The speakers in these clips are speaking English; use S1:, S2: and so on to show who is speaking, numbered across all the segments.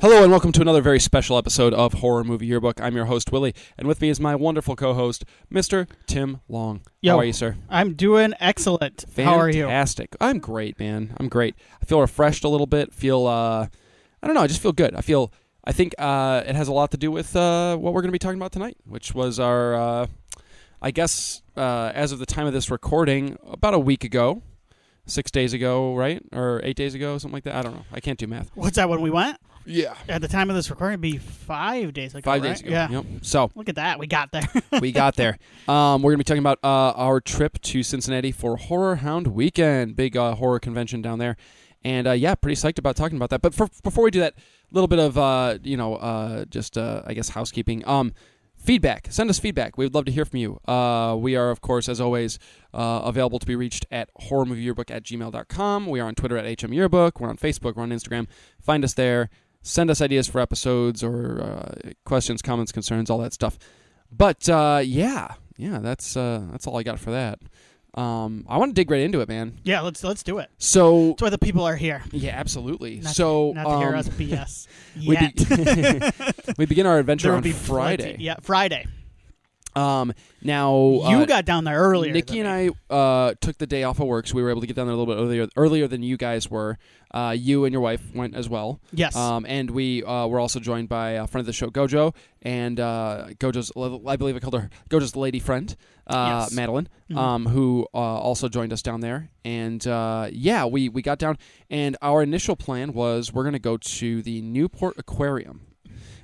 S1: Hello and welcome to another very special episode of Horror Movie Yearbook. I'm your host Willie, and with me is my wonderful co-host, Mr. Tim Long.
S2: Yo.
S1: How are you, sir?
S2: I'm doing excellent. How are you?
S1: Fantastic. I'm great, man. I'm great. I feel refreshed a little bit. Feel uh I don't know, I just feel good. I feel I think uh it has a lot to do with uh what we're going to be talking about tonight, which was our uh I guess uh as of the time of this recording about a week ago, 6 days ago, right? Or 8 days ago, something like that. I don't know. I can't do math.
S2: What's that when we went?
S1: Yeah.
S2: At the time of this recording, it'd be five days ago.
S1: 5
S2: right?
S1: days ago.
S2: Yeah.
S1: Yep. So,
S2: Look at that. We got there.
S1: we got there. Um, we're going to be talking about uh, our trip to Cincinnati for Horror Hound Weekend, big uh, horror convention down there. And uh, yeah, pretty psyched about talking about that. But for, before we do that, a little bit of uh, you know uh, just uh, I guess housekeeping. Um, feedback. Send us feedback. We would love to hear from you. Uh, we are of course as always uh, available to be reached at horrormovieyearbook at gmail.com. We are on Twitter at hmyearbook. We're on Facebook. We're on Instagram. Find us there. Send us ideas for episodes or uh, questions, comments, concerns, all that stuff. But uh, yeah, yeah, that's uh, that's all I got for that. Um, I want to dig right into it, man.
S2: yeah, let's let's do it.
S1: So
S2: That's why the people are here.
S1: yeah, absolutely.
S2: Not
S1: so
S2: to, not to hear
S1: um,
S2: us BS
S1: we,
S2: yet.
S1: be- we begin our adventure
S2: There will
S1: on
S2: be
S1: Friday.
S2: plenty- Yeah, Friday.
S1: Um, now uh,
S2: you got down there earlier.
S1: Nikki
S2: than
S1: and
S2: me.
S1: I uh, took the day off of work, so we were able to get down there a little bit earlier, earlier than you guys were. Uh, you and your wife went as well.
S2: Yes.
S1: Um, and we uh, were also joined by a friend of the show, Gojo, and uh, Gojo's, I believe I called her Gojo's lady friend, uh,
S2: Yes.
S1: Madeline,
S2: Mhm.
S1: um, who uh, also joined us down there. And uh, yeah, we, we got down, and our initial plan was we're going to go to the Newport Aquarium.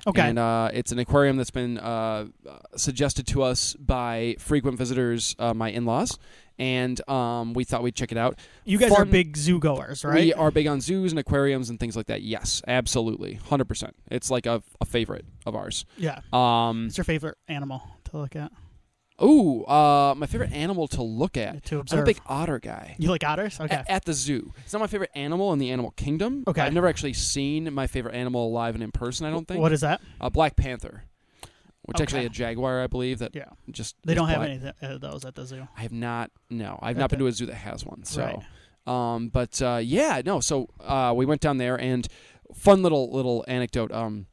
S2: okay.
S1: And uh, it's an aquarium that's been uh, suggested to us by frequent visitors, uh, my in laws. And um, we thought we'd check it out.
S2: you guys are
S1: fun-
S2: big zoo goers, right?
S1: We are big on zoos and aquariums and things like that. Yes, absolutely. 100%. It's like a, a favorite of ours.
S2: yeah.
S1: Um,
S2: What's your favorite animal to look at?
S1: ooh, uh, my favorite animal to look at.
S2: To
S1: I'm a
S2: observe.
S1: big otter guy.
S2: you like otters? Okay.
S1: At, at the zoo. It's not my favorite animal in the animal kingdom.
S2: Okay.
S1: I've never actually seen my favorite animal alive and in person, I don't think.
S2: What is that?
S1: A black panther. Which actually
S2: Okay.
S1: a jaguar, I believe, that
S2: Yeah.
S1: just
S2: They
S1: is
S2: don't have
S1: black.
S2: any of uh, those at the zoo.
S1: I have not. No, I've
S2: At
S1: not been
S2: the-
S1: to a zoo that has one. So,
S2: Right.
S1: um, but uh, yeah, no. So uh, we went down there, and fun little little anecdote. Um,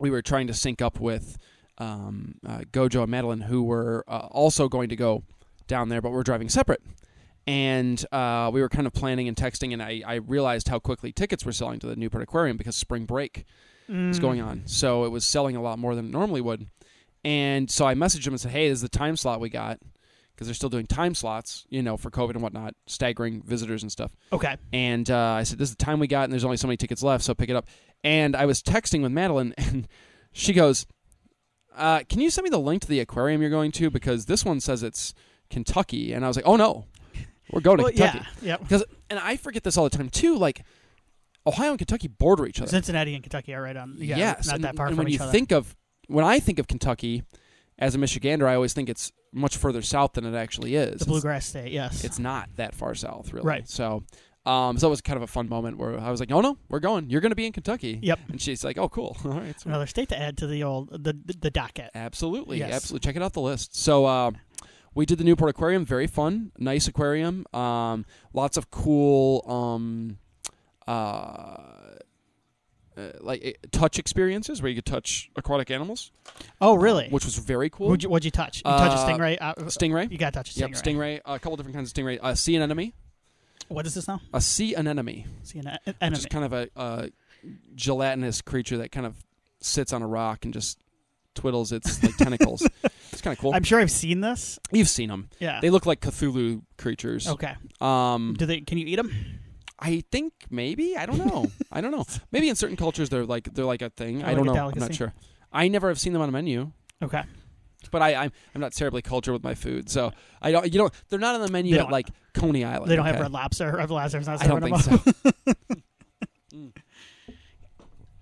S1: we were trying to sync up with um, uh, Gojo and Madeline, who were uh, also going to go down there, but we're driving separate. And uh, we were kind of planning and texting, and I, I realized how quickly tickets were selling to the Newport Aquarium because spring break was
S2: Mm.
S1: going on. So it was selling a lot more than it normally would. And so I messaged him and said, "Hey, this is the time slot we got because they're still doing time slots, you know, for COVID and whatnot, staggering visitors and stuff."
S2: Okay.
S1: And uh, I said, "This is the time we got, and there's only so many tickets left, so pick it up." And I was texting with Madeline, and she goes, uh, "Can you send me the link to the aquarium you're going to? Because this one says it's Kentucky." And I was like, "Oh no, we're going to
S2: Well,
S1: Kentucky."
S2: yeah. Yep.
S1: Because and I forget this all the time too. Like Ohio and Kentucky border each other.
S2: Cincinnati and Kentucky are right on. Yeah,
S1: yes,
S2: not
S1: and,
S2: that far
S1: and
S2: from
S1: when
S2: each
S1: you
S2: other.
S1: think of when I think of Kentucky as a Michigander, I always think it's much further south than it actually is.
S2: the bluegrass state, yes.
S1: It's, it's not that far south, really.
S2: Right.
S1: So, um, so it was kind of a fun moment where I was like, "No, no, we're going. You're going to be in Kentucky."
S2: Yep.
S1: And she's like, "Oh, cool. All right, sweet.
S2: another state to add to the old the the, the docket.
S1: absolutely,
S2: Yes.
S1: absolutely. Check it out the list." So. Uh, we did the Newport Aquarium, very fun, nice aquarium. Um, lots of cool, um, uh, uh, like eh, touch experiences where you could touch aquatic animals.
S2: Oh, really?
S1: Which was very cool.
S2: What'd you, what'd you touch? You touch
S1: Uh,
S2: a stingray? Uh,
S1: stingray.
S2: you got to touch a stingray.
S1: Yep, stingray. uh, A couple different kinds of stingray. A sea anemone.
S2: What is this now?
S1: A sea anemone,
S2: See an e-
S1: which
S2: enemy.
S1: is kind of a, a gelatinous creature that kind of sits on a rock and just twiddles its like tentacles. It's kind of cool.
S2: I'm sure I've seen this.
S1: You've seen them.
S2: Yeah.
S1: They look like Cthulhu creatures.
S2: okay.
S1: Um,
S2: Do they? Can you eat them?
S1: I think maybe I don't know. I don't know. Maybe in certain cultures they're like they're like a thing.
S2: Kinda
S1: I don't
S2: like a
S1: know. I'm not
S2: delicacy.
S1: sure. I never have seen them on a menu.
S2: Okay.
S1: But I, I'm I'm not terribly cultured with my food, so I don't. You know, they're not on the menu
S2: They
S1: at
S2: don't-
S1: like Coney Island.
S2: they don't have
S1: Oh, okay?
S2: red lobster. Red lobster's not
S1: I don't
S2: serving
S1: think
S2: them.
S1: so.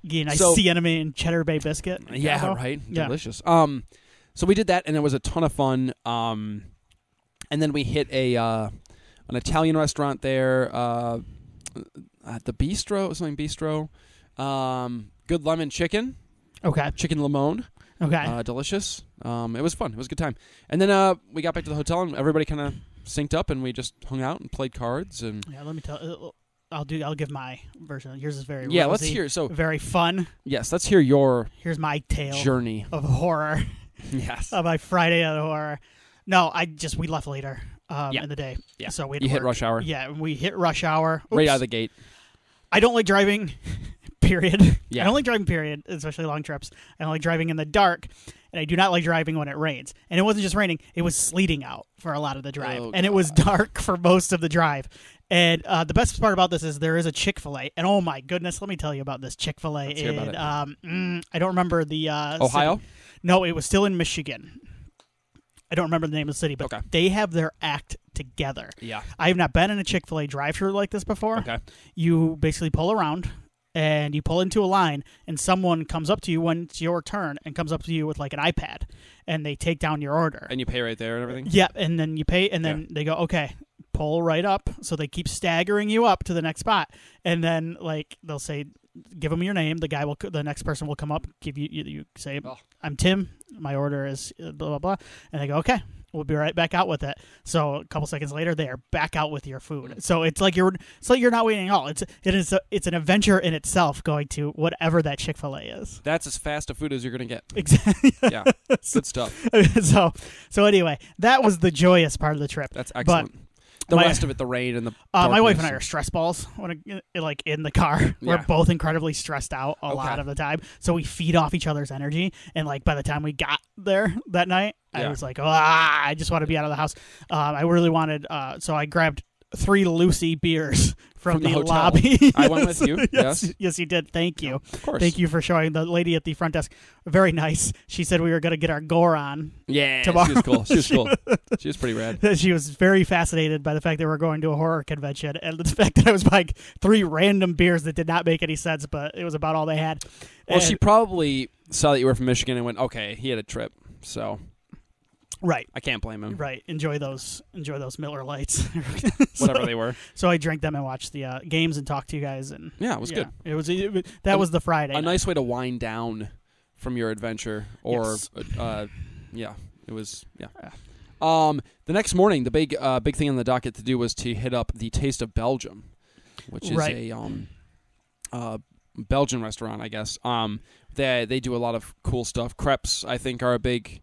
S2: Get a nice
S1: So-
S2: sea enemy and cheddar bay biscuit.
S1: Yeah,
S2: combo.
S1: right.
S2: Yeah.
S1: Delicious. Um, so we did that, and it was a ton of fun. Um, and then we hit a uh, an Italian restaurant there, uh, at the Bistro, something Bistro. Um, good lemon chicken,
S2: Okay.
S1: chicken limone,
S2: Okay.
S1: uh, delicious. Um, it was fun. It was a good time. And then uh, we got back to the hotel, and everybody kind of synced up, and we just hung out and played cards and
S2: yeah. Let me tell. uh, I'll do. I'll give my version. Yours is very
S1: Yeah, let's
S2: rosy,
S1: hear. So
S2: Very fun.
S1: yes, let's hear your
S2: Here's my tale
S1: journey.
S2: of horror.
S1: Yes,
S2: of my Friday of horror. No, I just we left later um,
S1: Yeah.
S2: in the day.
S1: Yeah.
S2: So we had
S1: you
S2: to
S1: hit
S2: work.
S1: rush hour
S2: Yeah, and we hit rush hour. Oops.
S1: right out of the gate.
S2: I don't like driving. period.
S1: Yeah.
S2: I don't like driving. Period. Especially long trips. I don't like driving in the dark, and I do not like driving when it rains. And it wasn't just raining; it was sleeting out for a lot of the drive,
S1: Oh,
S2: and it was dark for most of the drive. And uh, the best part about this is there is a Chick Fil A, and oh my goodness, let me tell you about this Chick Fil A.
S1: Let's hear about it.
S2: Um, mm, I don't remember the uh, city.
S1: Ohio.
S2: No, it was still in Michigan. I don't remember the name of the city, but
S1: Okay.
S2: they have their act together.
S1: Yeah.
S2: I have not been in a Chick fil A drive thru like this before.
S1: Okay.
S2: You basically pull around and you pull into a line, and someone comes up to you when it's your turn and comes up to you with like an iPad and they take down your order.
S1: And you pay right there and everything.
S2: Yeah, and then you pay, and then they go, okay, pull right up. So they keep staggering you up to the next spot, and then like they'll say, give them your name. The guy will, the next person will come up, give you, you, you say,
S1: Oh.
S2: I'm Tim. My order is blah blah blah, and they go, okay, we'll be right back out with it. So a couple seconds later, they are back out with your food. So it's like you're, it's like you're not waiting at all. It's it is a, it's an adventure in itself going to whatever that Chick Fil A is.
S1: That's as fast a food as you're gonna get.
S2: Exactly.
S1: Yeah. Good stuff.
S2: so so anyway, that was the joyous part of the trip.
S1: That's excellent. the
S2: my-
S1: rest of it, the rain and the.
S2: Uh, my wife and
S1: darkness
S2: I are stress balls when I, like in the car. We're
S1: Yeah.
S2: both incredibly stressed out a
S1: Okay.
S2: lot of the time, so we feed off each other's energy. And like by the time we got there that night, I
S1: Yeah.
S2: was like, ah, I just want to be out of the house. Um, I really wanted, uh, so I grabbed three Lucy beers from,
S1: From the hotel.
S2: lobby.
S1: I went with you, yes.
S2: yes, you did. Thank you.
S1: Of course.
S2: Thank you for showing the lady at the front desk. Very nice. She said we were going to get our gore on
S1: Yeah.
S2: tomorrow.
S1: She was cool. She was cool. she was pretty rad.
S2: that she was very fascinated by the fact that we're going to a horror convention and the fact that I was buying three random beers that did not make any sense, but it was about all they had.
S1: Well, she
S2: And-
S1: probably saw that you were from Michigan and went, okay, he had a trip, so
S2: right,
S1: I can't blame him.
S2: right. Enjoy those, enjoy those Miller Lights.
S1: Whatever they were.
S2: So I drank them and watched the uh, games and talked to you guys, and
S1: Yeah, it was good.
S2: It was it, was- that
S1: A-
S2: was the Friday.
S1: A
S2: night.
S1: nice way to wind down from your adventure, or
S2: Yes.
S1: uh, yeah, it was yeah. Um, the next morning, the big uh, big thing on the docket to do was to hit up the Taste of Belgium, which is
S2: Right.
S1: a um, uh, Belgian restaurant, I guess. Um, they they do a lot of cool stuff. Crepes, I think, are a big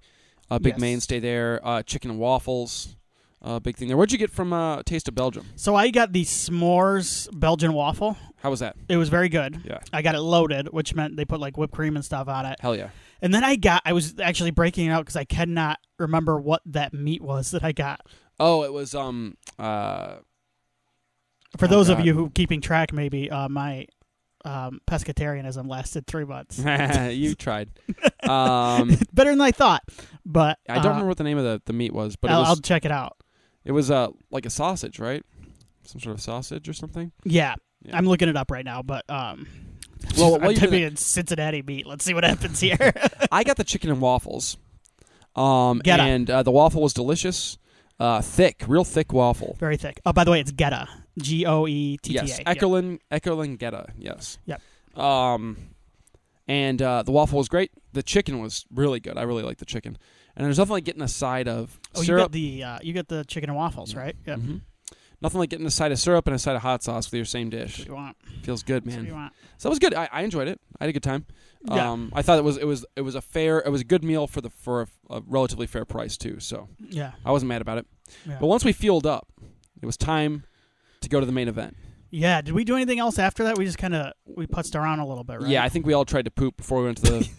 S1: a big
S2: Yes.
S1: mainstay there. Uh, chicken and waffles, uh, big thing there. What'd you get from uh, Taste of Belgium?
S2: So I got the s'mores Belgian waffle.
S1: How was that?
S2: It was very good.
S1: Yeah,
S2: I got it loaded, which meant they put like whipped cream and stuff on it.
S1: hell yeah.
S2: And then I got, I was actually breaking it out because I cannot remember what that meat was that I got.
S1: Oh, it was um uh
S2: For
S1: Oh,
S2: those of
S1: God.
S2: you who keeping track, maybe uh, my um, pescatarianism lasted three months.
S1: you tried. Um,
S2: Better than I thought, but
S1: I don't
S2: uh,
S1: remember what the name of the, the meat was, but it
S2: I'll,
S1: was
S2: I'll check it out.
S1: it was uh like a sausage, right? Some sort of sausage or something.
S2: Yeah,
S1: Yeah.
S2: I'm looking it up right now, but um,
S1: Well, while
S2: I'm
S1: you're
S2: typing
S1: doing
S2: in Cincinnati meat. Let's see what happens here.
S1: I got the chicken and waffles. Um,
S2: Getta.
S1: and uh, the waffle was delicious, uh, thick, real thick waffle.
S2: Very thick. Oh, by the way, it's Geta. G O E T T A.
S1: Yes, Eckerlin Eckerlin Geta. Yes.
S2: Yep.
S1: Um, and uh, the waffle was great. The chicken was really good. I really like the chicken. And there's nothing like getting a side of
S2: Oh, you
S1: syrup.
S2: got the uh, you got the chicken and waffles, right? Yeah.
S1: Mhm. Nothing like getting a side of syrup and a side of hot sauce with your same dish.
S2: That's what you want.
S1: Feels good,
S2: That's what you
S1: man.
S2: want.
S1: So it was good. I, I enjoyed it. I had a good time.
S2: Yeah.
S1: Um, I thought it was it was it was a fair it was a good meal for the for a, a relatively fair price too. So
S2: Yeah.
S1: I wasn't mad about it.
S2: Yeah.
S1: But once we fueled up, it was time to go to the main event.
S2: yeah. Did we do anything else after that? We just kind of we putzed around a little bit, right?
S1: Yeah, I think we all tried to poop before we went to the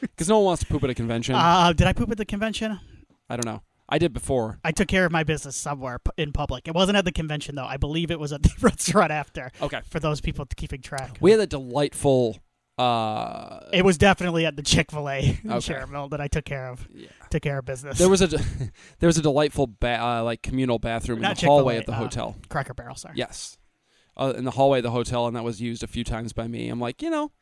S1: because no one wants to poop at a convention.
S2: Uh, did I poop at the convention?
S1: I don't know. I did before.
S2: I took care of my business somewhere p- in public. It wasn't at the convention though. I believe it was at the restaurant after.
S1: Okay,
S2: For those people keeping track,
S1: we had a delightful. Uh,
S2: it was definitely at the Chick Fil A in
S1: Okay.
S2: Cherville that I took care of.
S1: yeah.
S2: Took care of business.
S1: There was a there was a delightful ba- uh, like communal bathroom in
S2: Not
S1: the hallway
S2: Chick-fil-A,
S1: at the
S2: uh,
S1: hotel.
S2: Cracker Barrel, sorry.
S1: Yes. Uh, in the hallway of the hotel, and that was used a few times by me. I'm like, you know,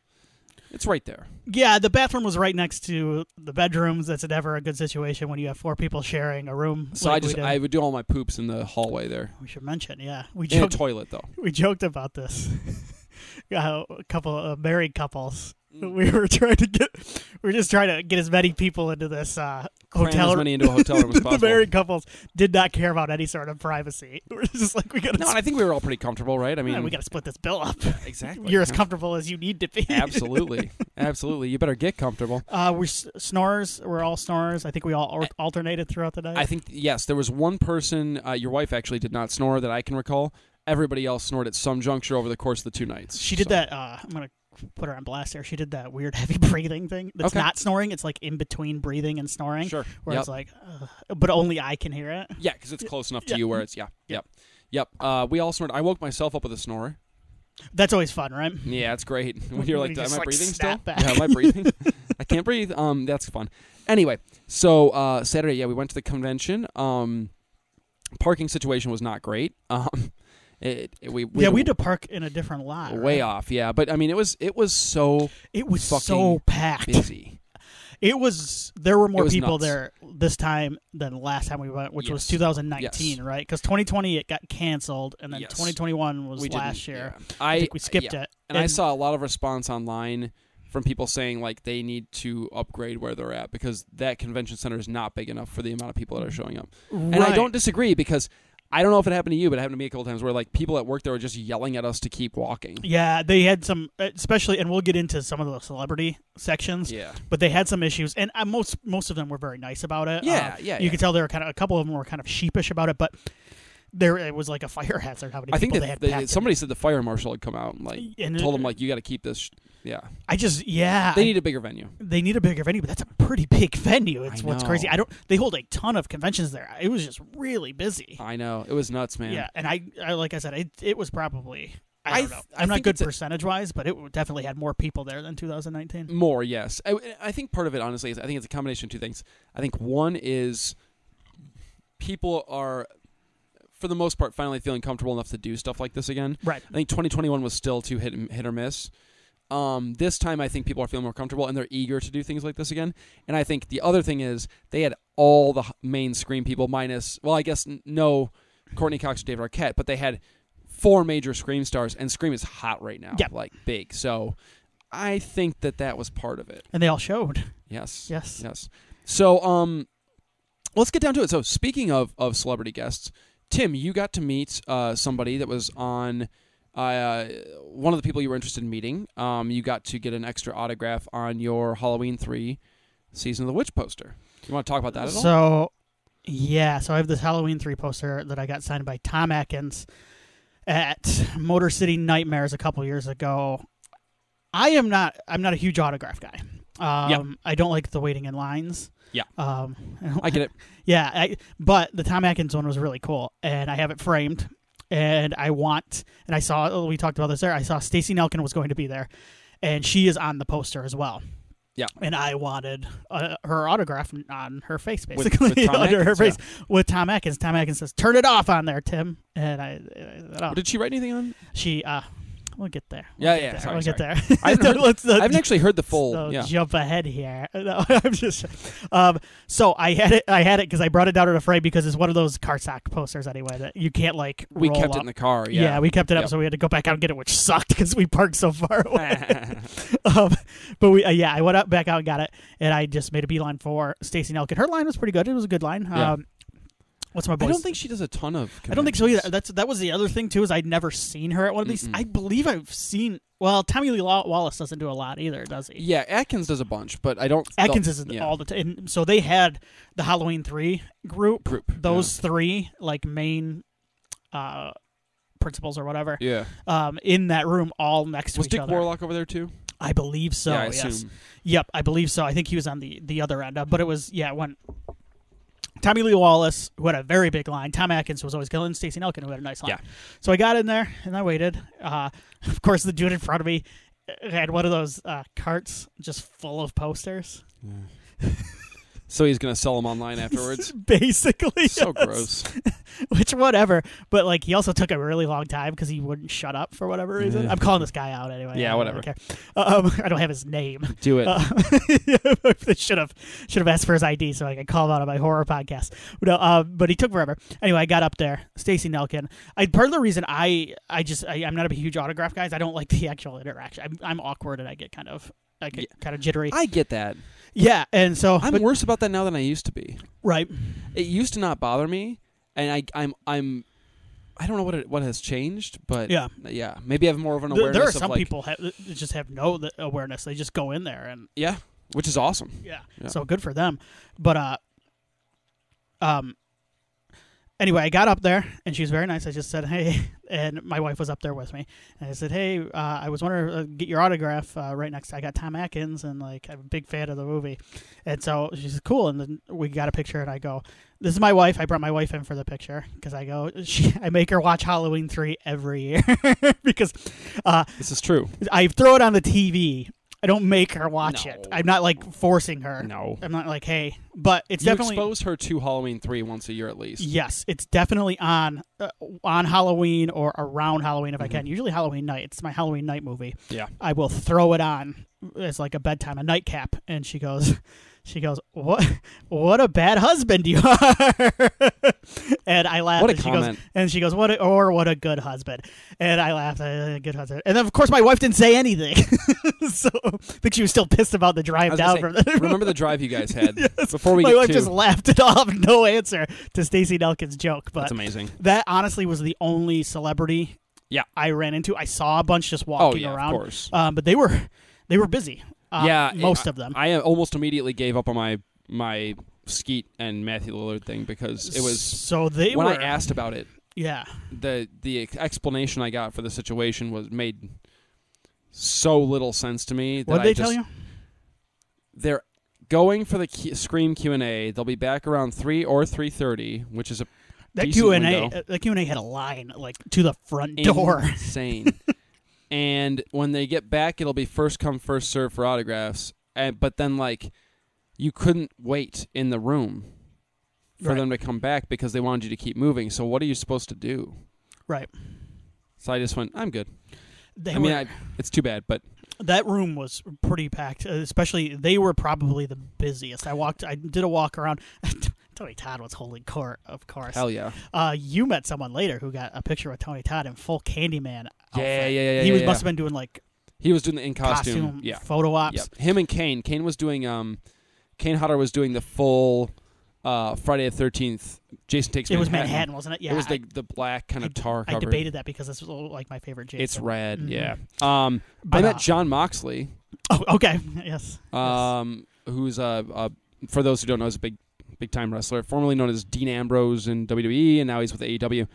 S1: it's right there.
S2: Yeah, the bathroom was right next to the bedrooms. That's never a good situation when you have four people sharing a room.
S1: So
S2: like
S1: I just
S2: we, did.
S1: I would do all my poops in the hallway there.
S2: we should mention. Yeah, we
S1: In a
S2: joked.
S1: toilet though.
S2: we joked about this. Uh, a couple of married couples
S1: Mm.
S2: We were trying to get, we were just trying to get as many people into this uh,
S1: Cram
S2: hotel
S1: as
S2: room.
S1: many into a hotel room as
S2: the
S1: possible.
S2: married couples did not care about any sort of privacy. We're just like we gotta,
S1: no, and
S2: sp-
S1: I think we were all pretty comfortable, right? I mean,
S2: we gotta split this bill up.
S1: exactly.
S2: You're as
S1: Yeah.
S2: comfortable as you need to be.
S1: Absolutely, absolutely. You better get comfortable.
S2: Uh, we're s- snorers. We're all snorers. I think we all or- alternated throughout the night.
S1: I think yes, there was one person. Uh, your wife actually did not snore that I can recall. Everybody else snored at some juncture over the course of the two nights.
S2: she did
S1: So-
S2: that. Uh, I'm gonna put her on blast here. She did that weird heavy breathing thing. That's
S1: Okay.
S2: not snoring. It's like in between breathing and snoring,
S1: Sure.
S2: where
S1: Yep.
S2: it's like, uh, but only I can hear it.
S1: Yeah, because it's close enough to
S2: Yeah.
S1: you where it's yeah,
S2: Yeah.
S1: yep, yep. Uh, we all snored. I woke myself up with a snore.
S2: That's always fun, right?
S1: Yeah, it's great when you're
S2: When
S1: like,
S2: you
S1: am
S2: just,
S1: I
S2: like,
S1: breathing still?
S2: snap back.
S1: Yeah, am I breathing? I can't breathe. Um, that's fun. Anyway, so uh, Saturday, yeah, we went to the convention. Um, parking situation was not great. Um, it, it- we,
S2: yeah, we had to park in a different lot.
S1: way
S2: right?
S1: off. Yeah, but I mean, it was it was so
S2: It was so
S1: fucking
S2: packed.
S1: busy.
S2: It was. There were more
S1: was
S2: people
S1: nuts.
S2: there this time than last time we went, which was
S1: Yes.
S2: 2019,
S1: Yes.
S2: right? Because 2020 it got canceled, and then
S1: Yes.
S2: 2021 was
S1: we
S2: last
S1: didn't-
S2: year.
S1: yeah.
S2: I, think we skipped
S1: yeah.
S2: it.
S1: and, I saw a lot of response online from people saying like they need to upgrade where they're at because that convention center is not big enough for the amount of people
S2: Mm-hmm.
S1: that are showing up. And I
S2: Right.
S1: don't disagree because I don't know if it happened to you, but it happened to me a couple times where like people at work there were just yelling at us to keep walking.
S2: Yeah, they had some, especially, and we'll get into some of the celebrity sections.
S1: Yeah,
S2: But they had some issues, and uh, most most of them were very nice about it.
S1: Yeah,
S2: Uh,
S1: yeah,
S2: You
S1: yeah.
S2: could tell they were kind of a couple of them were kind of sheepish about it, but there it was like a fire hazard. How many
S1: I think
S2: people
S1: that
S2: they
S1: they-
S2: had? packed in.
S1: somebody said the fire marshal had come out and like
S2: And-
S1: told them like you got to keep this. Sh-. Yeah,
S2: I just yeah.
S1: they
S2: I-
S1: need a bigger venue.
S2: they need a bigger venue, but that's a pretty big venue. It's
S1: I
S2: what's
S1: know.
S2: crazy. I don't. They hold a ton of conventions there. It was just really busy.
S1: I know it was nuts, Oh, man.
S2: Yeah, and I, I like I said, it, it was probably. I
S1: I
S2: don't know.
S1: th- I
S2: I'm not
S1: think
S2: good
S1: it's a-
S2: percentage wise, but it definitely had more people there than 2019.
S1: More, yes. I, I think part of it, honestly, is I think it's a combination of two things. I think one is people are, for the most part, finally feeling comfortable enough to do stuff like this again.
S2: Right.
S1: I think 2021 was still too hit, hit or miss. Um, this time, I think people are feeling more comfortable and they're eager to do things like this again. And I think the other thing is they had all the h- main screen people minus, well, I guess n- no Courtney Cox or David Arquette, but they had four major Scream stars, and Scream is hot right now,
S2: Yeah.
S1: like big. So I think that that was part of it.
S2: And they all showed.
S1: Yes.
S2: Yes.
S1: Yes. So um, let's get down to it. So speaking of of celebrity guests, Tim, you got to meet uh, somebody that was on. Uh, one of the people you were interested in meeting, um, you got to get an extra autograph on your Halloween three season of the witch poster. You want to talk about that at all?
S2: So, yeah. So I have this Halloween three poster that I got signed by Tom Atkins at Motor City Nightmares a couple years ago. I am not. I'm not a huge autograph guy. Um, I don't like the waiting in lines.
S1: Yeah.
S2: Um, I don't
S1: I get it.
S2: Yeah, I, but the Tom Atkins one was really cool, and I have it framed. And I want, and I saw oh, we talked about this there. I saw Stacy Nelkin was going to be there, and she is on the poster as well.
S1: Yeah.
S2: and I wanted uh, her autograph on her face,
S1: With-
S2: basically
S1: with Tom
S2: under her
S1: Atkins,
S2: face with Tom Atkins. Tom Atkins says, "Turn it off on there, Tim." And I, I don't-
S1: Did she write anything on?
S2: she, uh, we'll get there.
S1: Yeah,
S2: We'll get
S1: yeah,
S2: there.
S1: sorry,
S2: we'll get
S1: sorry.
S2: there.
S1: I haven't heard-
S2: Let's, uh,
S1: I haven't actually heard the full.
S2: so
S1: yeah.
S2: jump ahead here. No, I'm just. Um, so I had it. I had it because I brought it down to the fray because it's one of those Karsak posters anyway that you can't like.
S1: we
S2: roll
S1: kept it
S2: up.
S1: in the car.
S2: Yeah.
S1: Yeah.
S2: we kept it up,
S1: Yep.
S2: so we had to go back out and get it, which sucked because we parked so far away. um, but we, uh, yeah, I went up back out and got it, and I just made a beeline for Stacy Nelkin. Her line was pretty good. It was a good line.
S1: Yeah.
S2: Um, what's my
S1: I
S2: boy's?
S1: don't think she does a ton of.
S2: I don't think so either.
S1: conventions.
S2: That's that was the other thing too is I'd never seen her at one of these.
S1: Mm-mm.
S2: I believe I've seen. Well, Tommy Lee Law- Wallace doesn't do a lot either, does he?
S1: Yeah, Atkins does a bunch, but I don't.
S2: Atkins is
S1: yeah.
S2: all the time. So they had the Halloween three group.
S1: Group,
S2: Those three like main uh, principals or whatever
S1: Yeah.
S2: um, in that room, all next to
S1: Was
S2: each
S1: Dick
S2: other.
S1: Warlock over there too?
S2: I believe so.
S1: yeah, I
S2: yes.
S1: assume.
S2: Yep, I believe so. I think he was on the the other end, uh, but it was yeah when Tommy Lee Wallace, who had a very big line, Tom Atkins was always killing Stacey Nelkin, who had a nice line.
S1: Yeah.
S2: So I got in there and I waited. Uh, of course, the dude in front of me had one of those uh, carts just full of posters.
S1: So he's gonna sell them online afterwards.
S2: basically.
S1: so
S2: yes.
S1: gross.
S2: Which, whatever. But, like, he also took a really long time because he wouldn't shut up for whatever reason.
S1: Yeah.
S2: I'm calling this guy out anyway.
S1: Yeah,
S2: I don't really
S1: whatever.
S2: care. Um, I don't have his name.
S1: Do it.
S2: Uh, they should have should have asked for his ID so I could call him out on my horror podcast. No, uh, but he took forever. Anyway, I got up there. Stacy Nelkin. I part of the reason I I just I, I'm not a huge autograph guy. Is I don't like the actual interaction. I'm, I'm awkward and I get kind of I get
S1: Yeah.
S2: kind of jittery.
S1: I get that.
S2: yeah, and so
S1: I'm
S2: but-
S1: worse about that now than I used to be.
S2: right,
S1: It used to not bother me, and I, I'm I'm I don't know what it, what has changed, but
S2: Yeah.
S1: yeah, maybe I have more of an
S2: Th-
S1: awareness.
S2: there are
S1: of
S2: some
S1: like,
S2: people ha- that just have no th- awareness. They just go in there and
S1: yeah, which is awesome.
S2: yeah.
S1: Yeah.
S2: So good for them. But uh um anyway, I got up there and she was very nice. I just said, "Hey," and my wife was up there with me. And I said, "Hey, uh, I was wondering uh, get your autograph uh, right next. I got Tom Atkins and like I'm a big fan of the movie." And so she said, "Cool." And then we got a picture and I go, "This is my wife. I brought my wife in for the picture cuz I go, she, I make her watch Halloween 3 every year because uh
S1: This is true.
S2: I throw it on the TV. I don't make her watch
S1: No.
S2: it. I'm not like forcing her.
S1: No,
S2: I'm not like, hey, but it's
S1: you
S2: definitely
S1: expose her to Halloween three once a year at least.
S2: yes, it's definitely on uh, on Halloween or around Halloween if I can. Usually Halloween night. It's my Halloween night movie.
S1: Mm-hmm. Yeah.
S2: I will throw it on as like a bedtime, a nightcap, and she goes, she goes, what, what a bad husband you are, and I laugh.
S1: What a
S2: and She
S1: comment.
S2: goes, and she goes, what, a, or what a good husband, and I laughed. "Uh, good husband, and then of course my wife didn't say anything, so I think she was still pissed about the
S1: I
S2: drive
S1: was
S2: down
S1: gonna
S2: from
S1: say,
S2: the
S1: remember the drive you guys had before we
S2: my
S1: get
S2: wife
S1: to.
S2: just laughed it off, no answer to Stacy Nelkin's joke. But
S1: that's amazing.
S2: that honestly was the only celebrity
S1: Yeah.
S2: I ran into. I saw a bunch just
S1: Oh
S2: walking
S1: yeah,
S2: around,
S1: of course.
S2: Um, but they were they were busy. Uh,
S1: Yeah, it-
S2: most of them.
S1: I uh, almost immediately gave up on my my Skeet and Matthew Lillard thing because it was
S2: so they
S1: when
S2: were.
S1: I asked about it.
S2: yeah,
S1: the the ex- explanation I got for the situation was made so little sense to me that
S2: what did they
S1: I just,
S2: tell you?
S1: They're going for the Q- Scream Q and A. They'll be back around three or three thirty, which is a
S2: That
S1: decent
S2: Q and
S1: window.
S2: A. uh, That Q and A had a line like to the front door.
S1: insane. and when they get back, it'll be first come first serve for autographs. And but then like you couldn't wait in the room for
S2: Right.
S1: them to come back because they wanted you to keep moving. So what are you supposed to do?
S2: Right.
S1: So I just went, I'm good.
S2: They
S1: I mean,
S2: were-
S1: I, it's too bad, but
S2: that room was pretty packed. uh, Especially they were probably the busiest. I walked. I did a walk around. Tony Todd was holding court, of course.
S1: hell yeah.
S2: Uh, you met someone later who got a picture with Tony Todd in full Candyman. Outfit.
S1: Yeah, yeah, yeah, yeah,
S2: He was
S1: yeah,
S2: must
S1: yeah.
S2: have been doing like
S1: He was doing the in costume.
S2: costume,
S1: Yeah.
S2: photo ops.
S1: Yep. Him and Kane. Kane was doing um Kane Hodder was doing the full uh Friday the thirteenth Jason takes
S2: It was
S1: Manhattan.
S2: Manhattan, wasn't it? Yeah,
S1: it was
S2: I-
S1: the the black kind of tar
S2: I,
S1: cover.
S2: debated that because this was like my favorite Jason.
S1: It's red,
S2: Mhm.
S1: yeah. Um
S2: But,
S1: I met
S2: uh,
S1: John Moxley,
S2: Oh, okay. Yes.
S1: um who's uh, uh for those who don't know is a big big time wrestler, formerly known as Dean Ambrose in WWE and now he's with AEW.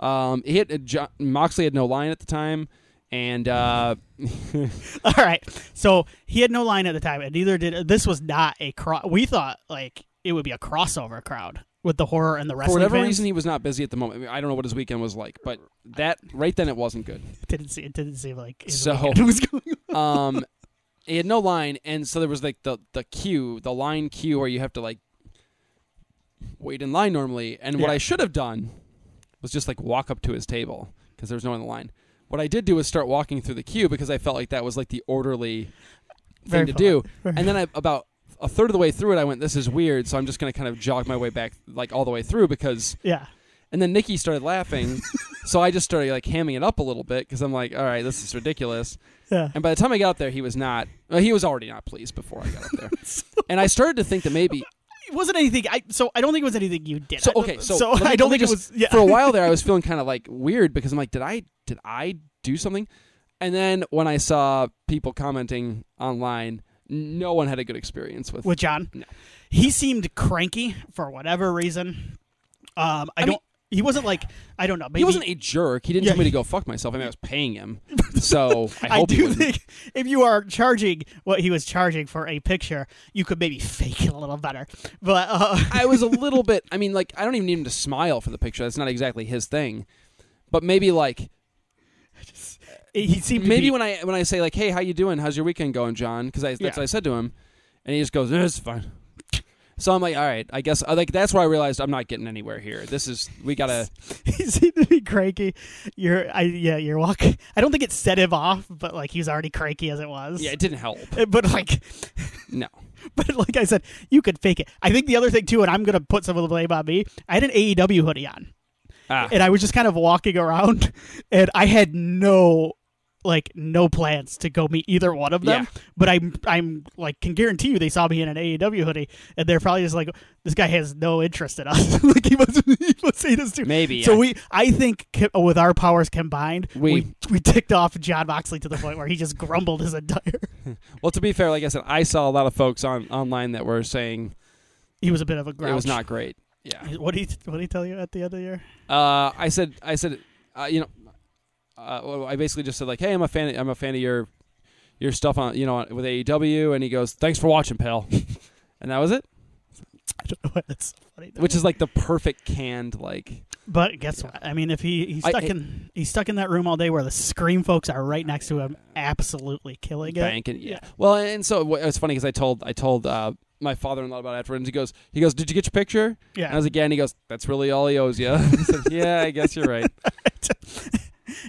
S1: Um he had uh, John, Moxley had no line at the time and uh
S2: yes. All right. So he had no line at the time, and neither did this. Was not a cross. We thought like it would be a crossover crowd with the horror and the
S1: for
S2: wrestling.
S1: whatever
S2: fans.
S1: reason he was not busy at the moment. I, mean, I don't know what his weekend was like, but that right then it wasn't good.
S2: didn't see. It didn't seem like his
S1: So-
S2: weekend was going. on.
S1: um he had no line and so there was like the the queue the line queue where you have to like wait in line normally and what
S2: Yeah.
S1: i should have done was just like walk up to his table because there was no one in the line what i did do was start walking through the queue because i felt like that was like the orderly thing
S2: Very
S1: to do
S2: polite. Very-
S1: and then i about a third of the way through it i went this is weird so i'm just going to kind of jog my way back like all the way through because
S2: Yeah.
S1: and then Nikki started laughing so i just started like hamming it up a little bit because i'm like all right this is ridiculous
S2: Yeah.
S1: and by the time I got up there, he was not. Well, he was already not pleased before I got up there. and I started to think that maybe.
S2: It wasn't anything. I so I don't think it was anything you did.
S1: So
S2: I-
S1: okay, so, let me-
S2: I don't
S1: let me
S2: think it
S1: just-
S2: was. Yeah.
S1: For a while there, I was feeling kind of like weird because I'm like, did I did I do something? And then when I saw people commenting online, no one had a good experience with.
S2: with John.
S1: No.
S2: He seemed cranky for whatever reason. Um, I,
S1: I
S2: don't.
S1: mean-
S2: he wasn't like I don't know. Maybe
S1: he wasn't a jerk. He didn't
S2: Yeah.
S1: tell me to go fuck myself. I mean, I was paying him, so I
S2: I
S1: hope he
S2: do
S1: wouldn't.
S2: think if you are charging what he was charging for a picture, you could maybe fake it a little better. But uh,
S1: I was a little bit. I mean, like I don't even need him to smile for the picture. That's not exactly his thing. But maybe like
S2: he seemed to
S1: maybe
S2: be,
S1: when I when I say like, "Hey, how you doing? How's your weekend going, John?" Because that's
S2: Yeah.
S1: what I said to him, and he just goes, "Eh, "It's fine." So I'm like, "All right, I guess." I- Like that's where I realized I'm not getting anywhere here. This is we gotta.
S2: he seemed to be cranky. You're I yeah you're walking. I don't think it set him off, but like he was already cranky as it was.
S1: Yeah, it didn't help.
S2: But like
S1: No,
S2: But like I said, you could fake it. I think the other thing too, and I'm gonna put some of the blame on me. I had an AEW hoodie on,
S1: ah,
S2: and I was just kind of walking around, and I had no like no plans to go meet either one of them. But I'm I'm like can guarantee you they saw me in an AEW hoodie and they're probably just like this guy has no interest in us. like he must he must hate us too.
S1: Maybe.
S2: So
S1: yeah.
S2: we I think co- with our powers combined,
S1: We-
S2: we, we ticked off John Moxley to the point where he just grumbled his entire.
S1: well, to be fair, like I said, I saw a lot of folks on online that were saying
S2: He was a bit of a grouch.
S1: it was not great. Yeah.
S2: What did he What did he tell you at the end of the year?
S1: Uh, I said, I said, uh, you know, uh, well, I basically just said like, hey, I'm a fan. I'm a fan of your, your stuff on, you know, with AEW. And he goes, thanks for watching, pal. and that was it.
S2: I don't know why that's so funny. to
S1: Which
S2: me.
S1: is like the perfect canned like.
S2: but guess
S1: Yeah.
S2: what? I mean, if he he's
S1: I-
S2: stuck
S1: I-
S2: in he's stuck in that room all day where the scream folks are right next to him, absolutely killing it.
S1: bank and yeah. Well, and so wh- it's funny because I told I told uh, my father-in-law about it afterwards. He goes, he goes, did you get your picture? And I
S2: Yeah,
S1: was like, yeah. And he goes, that's really all he owes you. I said, yeah, I guess you're right.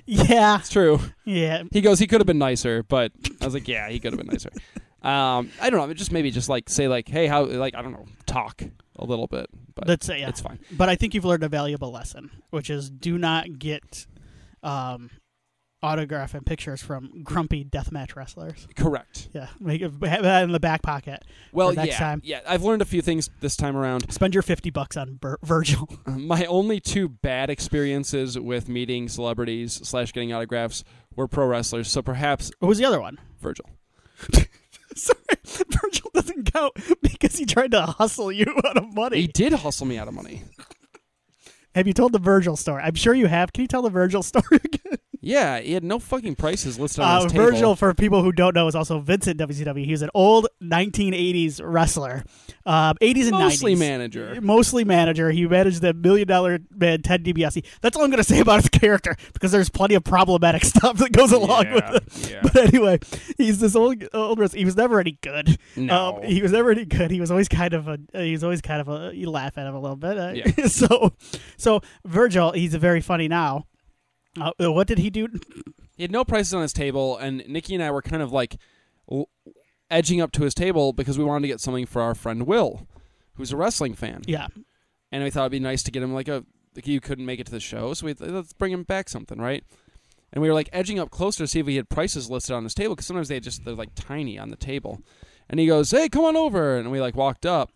S2: yeah,
S1: It's true.
S2: yeah.
S1: He goes, he could have been nicer, but I was like, yeah, he could have been nicer. Um, I don't know. Just maybe just like say like, hey, how like I don't know, talk a little bit, but
S2: That's it. Yeah,
S1: it's fine.
S2: but I think you've learned a valuable lesson, which is do not get um, autograph and pictures from grumpy deathmatch wrestlers.
S1: Correct.
S2: Yeah, make it, have that in the back pocket.
S1: Well,
S2: For next
S1: yeah,
S2: time.
S1: yeah. I've learned a few things this time around.
S2: Spend your fifty bucks on Vir- Virgil.
S1: My only two bad experiences with meeting celebrities slash getting autographs were pro wrestlers. So perhaps
S2: What was the other one?
S1: Virgil.
S2: Sorry, Virgil doesn't count because he tried to hustle you out of money.
S1: He did hustle me out of money.
S2: Have you told the Virgil story? I'm sure you have. Can you tell the Virgil story again?
S1: Yeah, he had no fucking prices listed on
S2: Uh,
S1: his table.
S2: Virgil, for people who don't know, is also Vincent WCW. He was an old 1980s wrestler, um, 80s and
S1: mostly
S2: 90s.
S1: manager.
S2: Mostly manager. He managed the million dollar man Ted DiBiase. That's all I'm going to say about his character because there's plenty of problematic stuff that goes along with it.
S1: yeah.
S2: But anyway, he's this old old wrestler. He was never any good.
S1: No.
S2: Um, he was never any good. He was always kind of a. He was always kind of a. You laugh at him a little bit. Uh,
S1: Yeah.
S2: so, so Virgil, he's very funny now. Uh, what did he do?
S1: He had no prices on his table, and Nikki and I were kind of like l- edging up to his table because we wanted to get something for our friend Will, who's a wrestling fan.
S2: Yeah,
S1: And we thought it'd be nice to get him like a like you couldn't make it to the show, so we th- let's bring him back something, right? And we were like edging up closer to see if he had prices listed on his table because sometimes they just they're like tiny on the table. And he goes, "Hey, come on over," and we like walked up.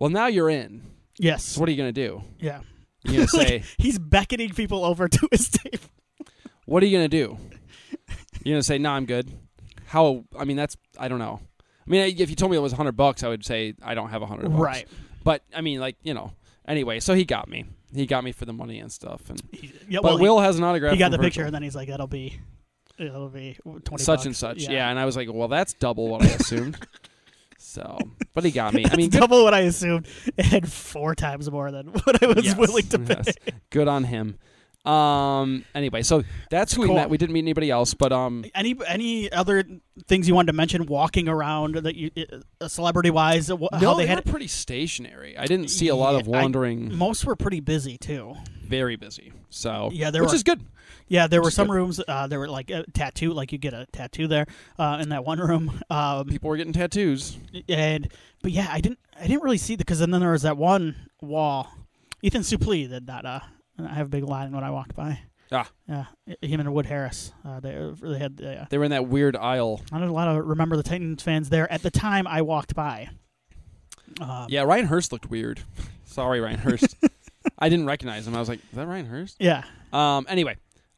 S1: Well, now you're in.
S2: yes,
S1: So what are you gonna do?
S2: yeah.
S1: You gonna
S2: Like,
S1: say?
S2: he's beckoning people over to his table.
S1: what are you gonna do? You're gonna say, "No, I'm good." How? I mean, that's I don't know. I mean, if you told me it was hundred bucks, I would say I don't have a hundred. bucks."
S2: Right.
S1: But I mean, like you know. Anyway, so he got me. He got me for the money and stuff. And
S2: He, yeah,
S1: but
S2: well,
S1: Will has an
S2: he,
S1: autograph.
S2: he got
S1: from
S2: the
S1: Virgil.
S2: picture, and then he's like, "That'll be, that'll be twenty
S1: Such
S2: bucks."
S1: and such. Yeah. and I was like, well, that's double what I assumed. so, but he got me. I mean, good,
S2: double what I assumed, and four times more than what I was
S1: yes,
S2: willing to pay.
S1: yes. Good on him. Um. Anyway, so that's who
S2: Cool.
S1: we met. We didn't meet anybody else, but um.
S2: Any any other things you wanted to mention? Walking around that you, uh, celebrity wise, Uh, how
S1: no,
S2: they,
S1: they,
S2: had Hmm.
S1: were pretty stationary. I didn't see a lot of
S2: Yeah, I-
S1: wandering.
S2: most were pretty busy too.
S1: very busy. So
S2: Yeah, there
S1: which
S2: were-
S1: is good.
S2: Yeah, there were
S1: is
S2: some
S1: good.
S2: rooms. Uh, there were like a tattoo, like you get a tattoo there uh, in that one room. Um,
S1: People were getting tattoos.
S2: and but yeah, I didn't I didn't really see the because then there was that one wall. Ethan Suplee did that. Uh, I have a big line when I walked by.
S1: Ah.
S2: yeah, him and Wood Harris. Uh, they they had. Uh,
S1: They were in that weird aisle.
S2: not a lot of remember the Titans fans there at the time I walked by. Um,
S1: Yeah, Ryan Hurst looked weird. Sorry, Ryan Hurst. I didn't recognize him. I was like, is that Ryan Hurst?
S2: Yeah.
S1: Um. Anyway.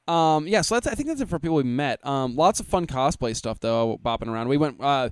S1: Um. Yeah. So that's. I think that's it for people we met. Um. Lots of fun cosplay stuff though, bopping around. We went. Uh,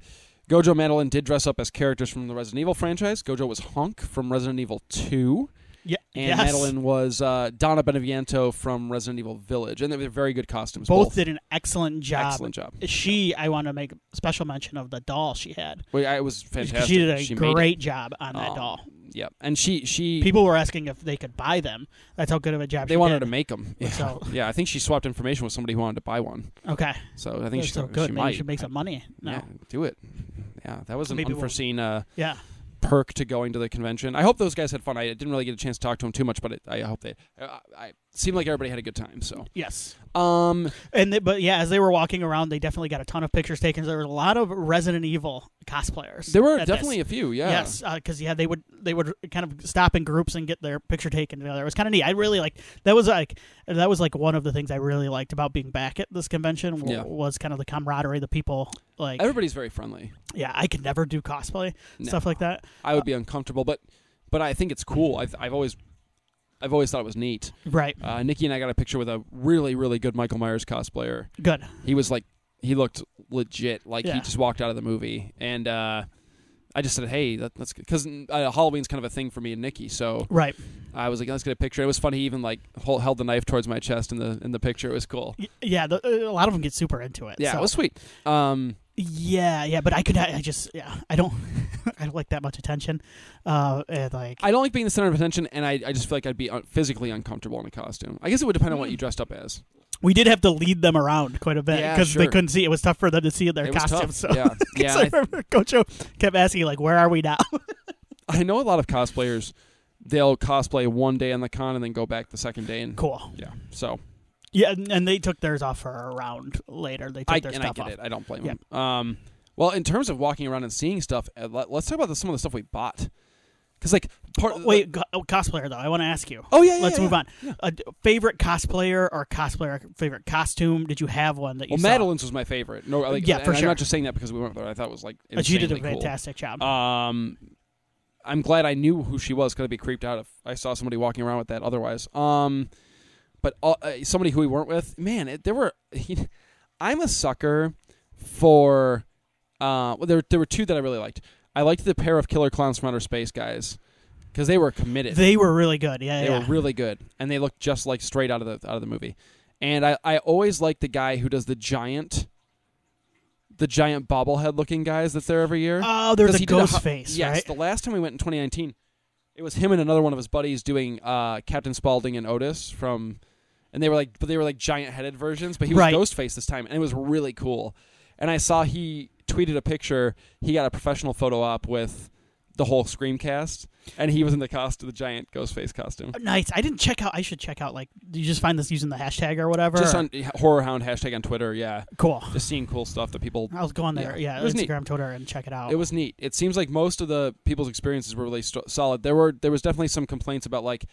S1: Gojo and Madeline did dress up as characters from the Resident Evil franchise. Gojo was Honk from Resident Evil Two,
S2: Yeah.
S1: and
S2: yes.
S1: Madeline was uh, Donna Beneviento from Resident Evil Village, and they were very good costumes.
S2: both,
S1: Both,
S2: did an excellent job.
S1: excellent job.
S2: She, I want to make special mention of the doll she had.
S1: Well, yeah, It was fantastic.
S2: She did a
S1: made it.
S2: great job on that
S1: Um,
S2: doll.
S1: Yeah, and she she
S2: People were asking if they could buy them. That's how good of a job
S1: they
S2: she
S1: wanted to
S2: did.
S1: make them. Yeah.
S2: So-
S1: yeah, I think she swapped information with somebody who wanted to buy one.
S2: Okay,
S1: So I think
S2: that's
S1: she,
S2: so good.
S1: she
S2: Maybe
S1: might
S2: she should make some money. No,
S1: Yeah,
S2: yeah.
S1: do it. Yeah, that was an
S2: Maybe we'll-
S1: unforeseen uh, perk to going to the convention. I hope those guys had fun. I didn't really get a chance to talk to them too much, but it, I hope they. I, I seemed like everybody had a good time. So
S2: Yes.
S1: um,
S2: And they, but yeah, as they were walking around, they definitely got a ton of pictures taken. There were a lot of Resident Evil cosplayers.
S1: there were
S2: at this.
S1: definitely a few. Yeah.
S2: Yes, because yeah, they would they would kind of stop in groups and get their picture taken together. It was kind of neat. I really like that was like and that was like one of the things I really liked about being back at this convention w-
S1: Yeah.
S2: was kind of the camaraderie, the people. Like,
S1: Everybody's very friendly.
S2: yeah, I could never do cosplay
S1: No.
S2: stuff like that.
S1: I would be uncomfortable, but but I think it's cool. I've, I've always I've always thought it was neat.
S2: Right.
S1: Uh, Nikki and I got a picture with a really really good Michael Myers cosplayer.
S2: Good.
S1: He was like he looked legit. Like he
S2: Yeah.
S1: just walked out of the movie, and uh, I just said, "Hey, that, that's because uh, Halloween's kind of a thing for me and Nikki." So
S2: Right.
S1: I was like, "Let's get a picture." It was funny. He even like hol- held the knife towards my chest in the in the picture. It was cool.
S2: Y- Yeah. The, uh, a lot of them get super into it.
S1: Yeah,
S2: so-
S1: it was sweet. Um,
S2: Yeah, yeah, but I could. I just. Yeah, I don't. I don't like that much attention. Uh, and like.
S1: I don't like being the center of attention, and I, I just feel like I'd be un- physically uncomfortable in a costume. I guess it would depend on
S2: Hmm.
S1: what you dressed up as.
S2: we did have to lead them around quite a bit
S1: Yeah,
S2: because they
S1: sure.
S2: couldn't see. It was tough for them to see in their
S1: It was tough.
S2: costumes. So.
S1: Yeah,
S2: 'Cause
S1: yeah.
S2: I
S1: I,
S2: remember Gocho kept asking, like, "Where are we now?"
S1: I know a lot of cosplayers. They'll cosplay one day on the con and then go back the second day, and
S2: cool.
S1: yeah. So
S2: Yeah, and, and they took theirs off for a round later. They took
S1: I
S2: their
S1: and I
S2: stuff
S1: get
S2: off.
S1: it. I don't blame
S2: Yeah.
S1: them. Um, well, in terms of walking around and seeing stuff, uh, let, us talk about the, some of the stuff we bought. Because like part
S2: Wait, go- oh, cosplayer though. I want to ask you.
S1: oh yeah, yeah
S2: Let's
S1: yeah.
S2: move on.
S1: yeah.
S2: A d- favorite cosplayer or cosplayer favorite costume? Did you have one that you
S1: Well,
S2: saw?
S1: Madeline's was my favorite. No, like,
S2: Yeah,
S1: and
S2: for
S1: I'm
S2: sure.
S1: not just saying that because we weren't there. I thought it was like
S2: Uh, she did a
S1: insanely cool.
S2: fantastic job.
S1: Um, I'm glad I knew who she was because I'd be creeped out if I saw somebody walking around with that. Otherwise, um, but all, uh, somebody who we weren't with, man, it, there were. I'm a sucker for. Uh, well, there there were two that I really liked. I liked the pair of Killer Clowns from Outer Space guys because they were committed.
S2: they were really good. Yeah,
S1: They
S2: yeah.
S1: were really good, and they looked just like straight out of the out of the movie. And I, I always like the guy who does the giant, the giant bobblehead looking guys that's there every year.
S2: Oh, there's
S1: Because
S2: a
S1: he did
S2: ghost
S1: hu-
S2: face,
S1: Yes,
S2: right?
S1: the last time we went in 2019, it was him and another one of his buddies doing uh, Captain Spaulding and Otis from, and they were like, but they were like giant headed versions, but he was
S2: Right.
S1: Ghostface this time, and it was really cool. And I saw he tweeted a picture. He got a professional photo op with the whole Screamcast, and he was in the costume, the giant Ghostface costume.
S2: Nice. I didn't check out. I should check out. Like, you just find this using the hashtag or whatever.
S1: Just on Horror Hound hashtag on Twitter, yeah.
S2: cool.
S1: Just seeing cool stuff that people.
S2: I'll go on there.
S1: Yeah.
S2: Yeah,
S1: It was neat.
S2: Instagram, Twitter, and check it out.
S1: It was neat. It seems like most of the people's experiences were really st- solid. There were there was definitely some complaints about like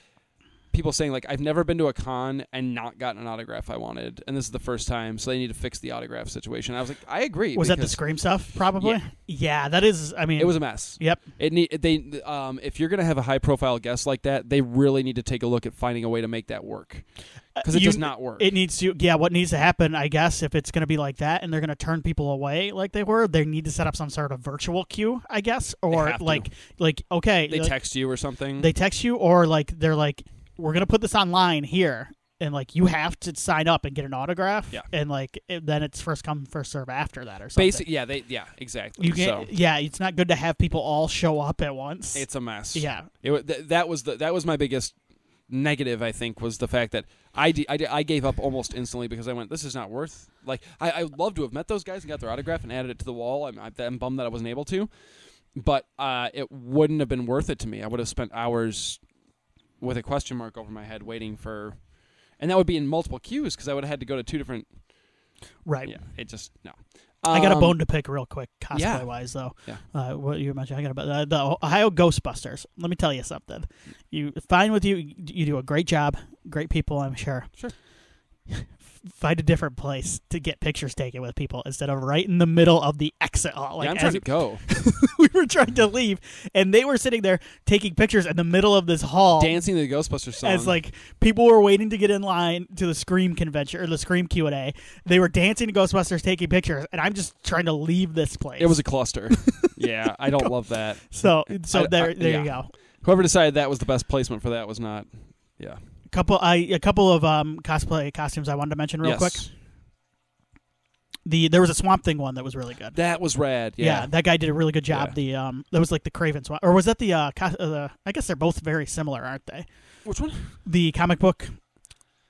S1: people saying like I've never been to a con and not gotten an autograph I wanted, and this is the first time, so they need to fix the autograph situation. I was like, I agree.
S2: Was that the
S1: because
S2: scream stuff? Probably.
S1: Yeah.
S2: Yeah. that is. I mean,
S1: It was a mess.
S2: Yep.
S1: It need they um if you're gonna have a high profile guest like that, they really need to take a look at finding a way to make that work because it
S2: uh, You-
S1: does not work.
S2: It needs to. Yeah, what needs to happen? I guess if it's going to be like that, and they're going to turn people away like they were, they need to set up some sort of virtual queue, I guess, or
S1: have to.
S2: like, like okay,
S1: they
S2: like,
S1: text you or something.
S2: they text you, or like they're like, we're going to put this online here, and like you have to sign up and get an autograph,
S1: Yeah.
S2: and like it, then it's first come first serve after that or something.
S1: basic yeah they yeah exactly.
S2: you can't.
S1: so
S2: Yeah, it's not good to have people all show up at once.
S1: it's a mess.
S2: yeah,
S1: It, wa- th- that was the that was my biggest negative. I think was the fact that I, d- I, d- I gave up almost instantly because I went, this is not worth. Like I, I would love to have met those guys and got their autograph and added it to the wall. I'm, I, I'm bummed that I wasn't able to, but uh, it wouldn't have been worth it to me. I would have spent hours with a question mark over my head waiting for, and that would be in multiple queues because I would have had to go to two different.
S2: right.
S1: Yeah, it just no.
S2: I got a
S1: Um,
S2: bone to pick real quick, cosplay
S1: yeah.
S2: wise, though.
S1: Yeah.
S2: Uh, what you mentioned, I got about uh, the Ohio Ghostbusters. Let me tell you something. You fine with you? You do a great job. Great people, I'm sure.
S1: Sure.
S2: Find a different place to get pictures taken with people instead of right in the middle of the exit hall. Like
S1: yeah, I'm
S2: as
S1: trying to go
S2: we were trying to leave, and they were sitting there taking pictures in the middle of this hall.
S1: dancing to the Ghostbusters song.
S2: As like people were waiting to get in line to the Scream convention or the Scream Q and A, they were dancing to Ghostbusters, taking pictures, and I'm just trying to leave this place.
S1: it was a cluster. yeah, I don't love that.
S2: So so
S1: I-
S2: there
S1: I-
S2: there
S1: yeah.
S2: you go.
S1: Whoever decided that was the best placement for that was not. Yeah.
S2: Couple I a couple of um cosplay costumes I wanted to mention real
S1: Yes.
S2: quick. The there was a Swamp Thing one that was really good.
S1: That was rad. Yeah.
S2: that guy did a really good job.
S1: Yeah.
S2: The um that was like the Craven Swamp or was that the uh, cos- uh the, I guess they're both very similar, aren't they?
S1: Which one?
S2: The comic book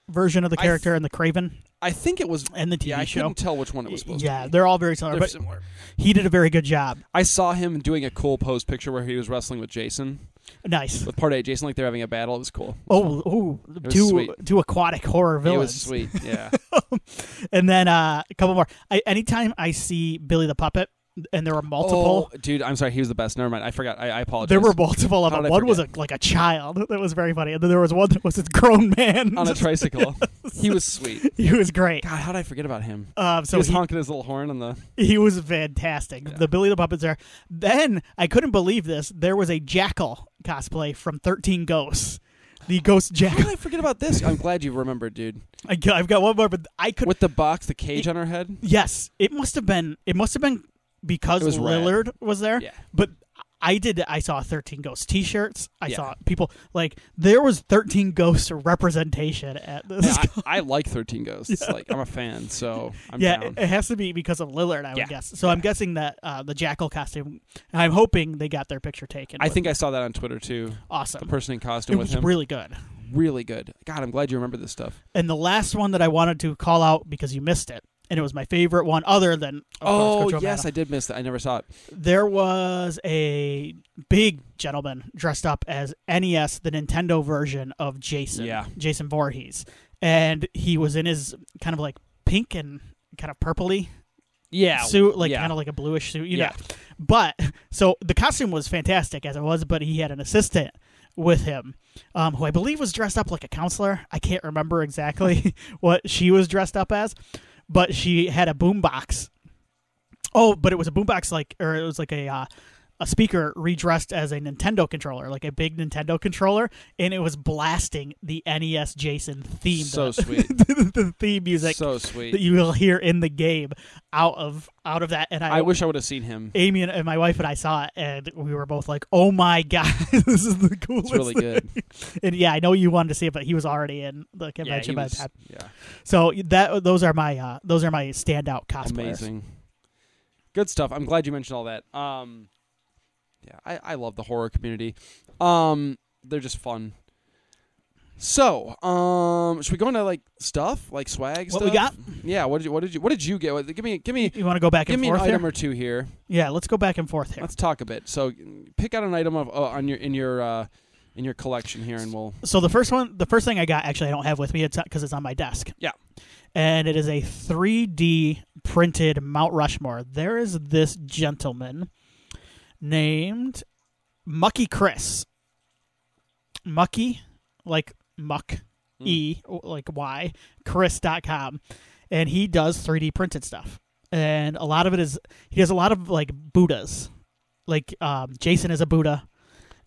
S2: version of the
S1: I
S2: character and the Craven
S1: I think it was.
S2: and the TV
S1: yeah, I
S2: show.
S1: couldn't tell which one it was supposed
S2: Yeah,
S1: to be.
S2: they're all very similar,
S1: They're
S2: but
S1: similar.
S2: he did a very good job.
S1: I saw him doing a cool pose picture where he was wrestling with Jason,
S2: Nice.
S1: with part A Jason, like they're having a battle. It was cool.
S2: Oh, ooh,
S1: was
S2: two
S1: sweet.
S2: two aquatic horror
S1: It
S2: villains.
S1: was sweet. Yeah.
S2: and then uh, a couple more. I, anytime I see Billy the Puppet, and there were multiple.
S1: Oh, dude, I'm sorry. He was the best. Never mind. I forgot. I, I apologize.
S2: There were multiple of
S1: How
S2: them.
S1: did I
S2: One was a, like a child that was very funny, and then there was one that was a grown man.
S1: on a tricycle. He was sweet.
S2: he was great.
S1: God, how did I forget about him?
S2: Um,
S1: he
S2: so
S1: was
S2: he,
S1: honking his little horn on the.
S2: he was fantastic. The Billy the Puppets there. Then I couldn't believe this. There was a jackal cosplay from Thirteen Ghosts. The ghost
S1: How did
S2: jackal.
S1: I forget about this? I'm glad you remembered, dude.
S2: I, got- I've got one more, but I could.
S1: With the box, the cage on her head.
S2: Yes, it must have been. It must have been because
S1: It was red.
S2: Lillard was there.
S1: Yeah.
S2: But I did. I saw thirteen ghosts T-shirts. I
S1: Yeah.
S2: saw people like there was thirteen ghosts representation at this.
S1: Yeah, I, I like 13 Ghosts. Like I'm a fan, so I'm
S2: yeah,
S1: down.
S2: it, it has to be because of Lillard, I would
S1: Yeah.
S2: guess. So I'm guessing that uh, the jackal costume. I'm hoping they got their picture taken.
S1: I
S2: with-
S1: think I saw that on Twitter too. The
S2: awesome.
S1: person in costume
S2: It
S1: with
S2: was
S1: him,
S2: really good.
S1: really good. God, I'm glad you remember this stuff.
S2: And the last one that I wanted to call out because you missed it, and it was my favorite one, other than of
S1: Oh
S2: course, Coach
S1: yes,
S2: Romano.
S1: I did miss that. I never saw it.
S2: there was a big gentleman dressed up as NES, the Nintendo version of Jason,
S1: Yeah.
S2: Jason Voorhees, and he was in his kind of like pink and kind of purpley
S1: Yeah,
S2: suit, like
S1: yeah.
S2: kind of like a bluish suit, you
S1: Yeah.
S2: know. But so the costume was fantastic as it was, but he had an assistant with him, um, who I believe was dressed up like a counselor. I can't remember exactly what she was dressed up as, but she had a boombox. Oh, but it was a boombox like, or it was like a. Uh, a speaker redressed as a Nintendo controller, like a big Nintendo controller, and it was blasting the NES Jason theme,
S1: so
S2: the,
S1: sweet,
S2: the theme music
S1: so sweet.
S2: that you will hear in the game out of out of that and I,
S1: I wish I would have seen him.
S2: Amy and, and my wife and I saw it and we were both like, "Oh my god, this is the coolest."
S1: It's really good.
S2: thing." And yeah, I know you wanted to see it, but he was already in the
S1: Yeah, he
S2: convention by the
S1: was-
S2: time.
S1: yeah,
S2: So that those are my uh, those are my standout cosplayers.
S1: amazing. Good stuff. I'm glad you mentioned all that. Um, yeah, I, I love the horror community. Um, they're just fun. So, um, should we go into like stuff, like swag
S2: What
S1: stuff?
S2: we got?
S1: Yeah. What did you What did you What did you get? What- Give me Give me
S2: You want to go back
S1: Give
S2: and
S1: me an
S2: forth
S1: item
S2: here?
S1: or two here.
S2: Yeah, let's go back and forth here.
S1: Let's talk a bit. So, pick out an item of uh, on your in your uh, in your collection here, and we'll
S2: So the first one, the first thing I got actually I don't have with me it's because it's on my desk.
S1: Yeah.
S2: And it is a 3D printed Mount Rushmore. There is this gentleman named Mucky Chris. Mucky, like muck,
S1: Mm.
S2: E, like Y, Chris.com. And he does 3D printed stuff. And a lot of it is, he does a lot of like Buddhas. Like um, Jason is a Buddha,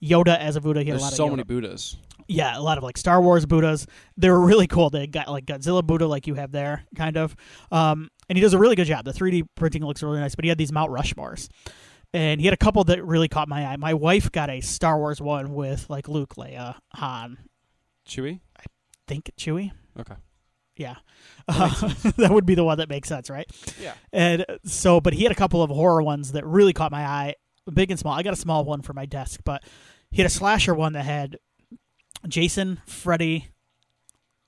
S2: Yoda as a Buddha. He had a lot
S1: there's
S2: of
S1: so
S2: Yoda.
S1: many Buddhas.
S2: Yeah, a lot of like Star Wars Buddhas. They were really cool. They got like Godzilla Buddha, like you have there, kind of. Um, and he does a really good job. The 3D printing looks really nice, but he had these Mount Rushmores. And he had a couple that really caught my eye. My wife got a Star Wars one with like Luke, Leia, Han,
S1: Chewy.
S2: think Chewie.
S1: Okay.
S2: Yeah. that would be the one that makes sense, right?
S1: Yeah.
S2: And so, but he had a couple of horror ones that really caught my eye, big and small. I got a small one for my desk, but he had a slasher one that had Jason, Freddy,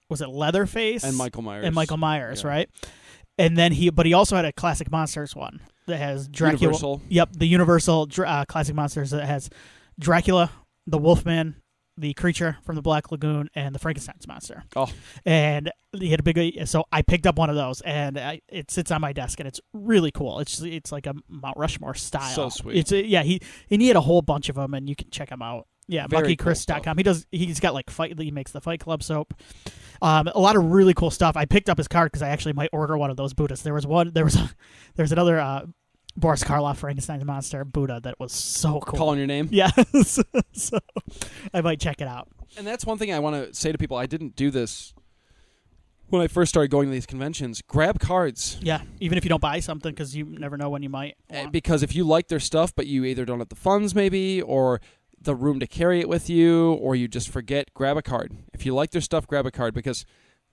S2: was it Leatherface
S1: And Michael Myers.
S2: and Michael Myers,
S1: Yeah.
S2: right? And then he, but he also had a classic monsters one that has Dracula.
S1: Universal.
S2: Yep, the Universal dr- uh, classic monsters that has Dracula, the Wolfman, the creature from the Black Lagoon, and the Frankenstein's monster.
S1: Oh.
S2: and he had a big. So I picked up one of those, and I, it sits on my desk, and it's really cool. It's it's like a Mount Rushmore style.
S1: So sweet.
S2: It's yeah. He and he had a whole bunch of them, and you can check them out. Yeah,
S1: Very cool
S2: MuckyChris.com. He does. He's got like fight. He makes the Fight Club soap. Um, a lot of really cool stuff. I picked up his card because I actually might order one of those Buddhas. There was one. There was a, there was another uh, Boris Karloff Frankenstein's monster Buddha that was so cool.
S1: Calling your name.
S2: Yes, so I might check it out.
S1: And that's one thing I want to say to people. I didn't do this when I first started going to these conventions. Grab cards
S2: Yeah, even if you don't buy something because you never know when you might.
S1: Eh,
S2: want.
S1: because if you like their stuff, but you either don't have the funds, maybe, or the room to carry it with you, or you just forget, grab a card. If you like their stuff, grab a card because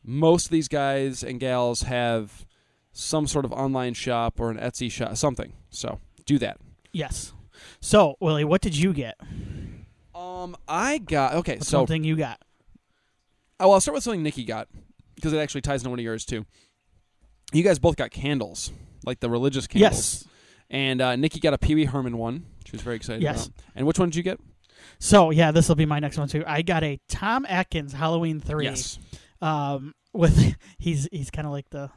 S1: most of these guys and gals have some sort of online shop or an Etsy shop, something. So do that.
S2: yes. So Willie, what did you get?
S1: Um, I got okay.
S2: What's
S1: so
S2: one thing you got?
S1: Oh, well, I'll start with something Nikki got because it actually ties into one of yours too. You guys both got candles, like the religious candles.
S2: Yes.
S1: And uh, Nikki got a Pee Wee Herman one. She was very excited
S2: Yes.
S1: about. And which one did you get?
S2: So yeah, this will be my next one too. I got a Tom Atkins Halloween three.
S1: Yes,
S2: Um, with he's he's kind of like the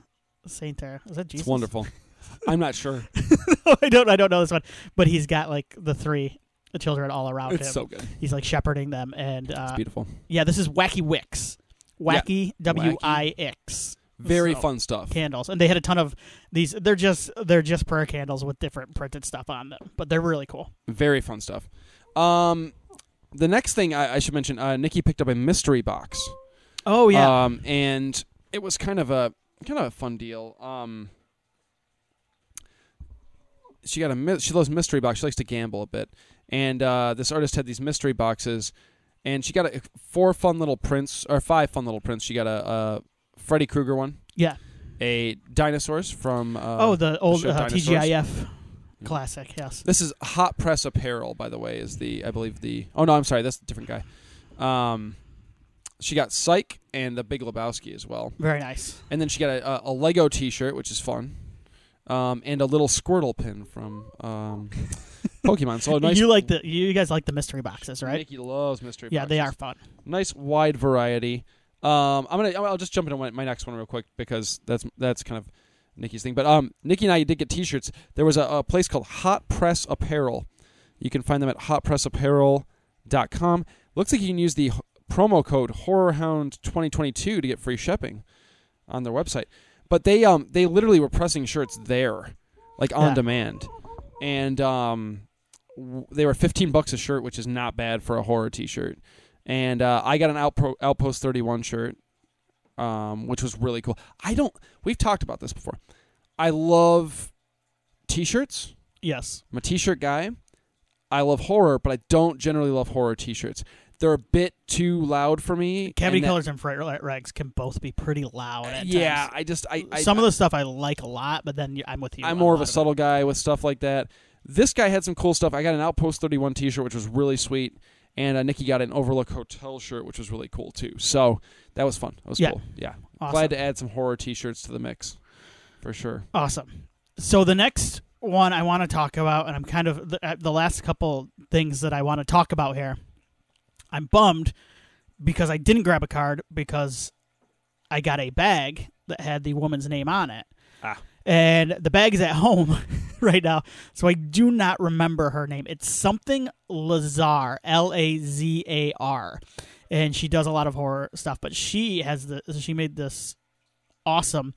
S2: saint there. Is that Jesus?
S1: it's wonderful. I'm not sure.
S2: I don't I don't know this one, but he's got like the three children all around
S1: It's
S2: him.
S1: so good.
S2: he's like shepherding them, and uh,
S1: Beautiful.
S2: yeah, this is Wacky Wicks, Wacky W I X
S1: Very
S2: So-
S1: fun stuff.
S2: candles, and they had a ton of these. They're just they're just prayer candles with different printed stuff on them, but they're really cool.
S1: Very fun stuff. Um, the next thing I, I should mention, uh, Nikki picked up a mystery box.
S2: Oh
S1: Um, and it was kind of a kind of a fun deal. Um, she got a mi- she loves mystery box. She likes to gamble a bit, and uh, this artist had these mystery boxes, and she got a, four fun little prints or five fun little prints. She got a, a Freddy Krueger one,
S2: yeah.
S1: a dinosaurs from uh,
S2: oh, the old
S1: show
S2: uh,
S1: Dinosaurs.
S2: TGIF classic. Yes.
S1: This is Hot Press Apparel, by the way, is the I believe the Oh no, I'm sorry, that's a different guy. Um she got Psych and the Big Lebowski as well.
S2: Very nice.
S1: And then she got a, a, a Lego t-shirt, which is fun. Um, and a little Squirtle pin from um, Pokemon. So a Oh, nice
S2: you like the you guys like the mystery boxes, right?
S1: Nikki loves mystery
S2: yeah, they
S1: boxes
S2: are fun.
S1: nice wide variety. Um, I'm gonna I'll just jump into my, my next one real quick because that's that's kind of Nikki's thing. But um, Nikki and I did get T-shirts. There was a, a place called Hot Press Apparel. You can find them at hotpressapparel.com. Looks like you can use the h- promo code HorrorHound2022 to get free shipping on their website. But they um they literally were pressing shirts there, like on
S2: Yeah.
S1: demand, and um w- they were 15 bucks a shirt, which is not bad for a horror T-shirt and uh, I got an Outpro- Outpost 31 shirt, um, which was really cool. I don't. We've talked about this before. I love t-shirts.
S2: Yes.
S1: I'm a t-shirt guy. I love horror, but I don't generally love horror t-shirts. They're a bit too loud for me.
S2: Cavity
S1: and that-
S2: colors and freight ra- rags can both be pretty loud. At
S1: Yeah,
S2: times.
S1: I just I, I
S2: Some of the stuff I like a lot, but then y- I'm with you.
S1: I'm
S2: on
S1: more of
S2: lot
S1: a subtle guy with stuff like that. This guy had some cool stuff. I got an Outpost 31 t-shirt, which was really sweet, and uh, Nikki got an Overlook Hotel shirt, which was really cool too. So that was fun. That was
S2: Yeah.
S1: cool. Yeah,
S2: it. Awesome.
S1: Glad to add some horror T-shirts to the mix, for sure.
S2: Awesome. So the next one I want to talk about, and I'm kind of the, uh, the last couple things that I want to talk about here. I'm bummed because I didn't grab a card because I got a bag that had the woman's name on it,
S1: Ah.
S2: and the bag is at home right now, so I do not remember her name. It's something Lazar, L A Z A R, and she does a lot of horror stuff. But she has the she made this awesome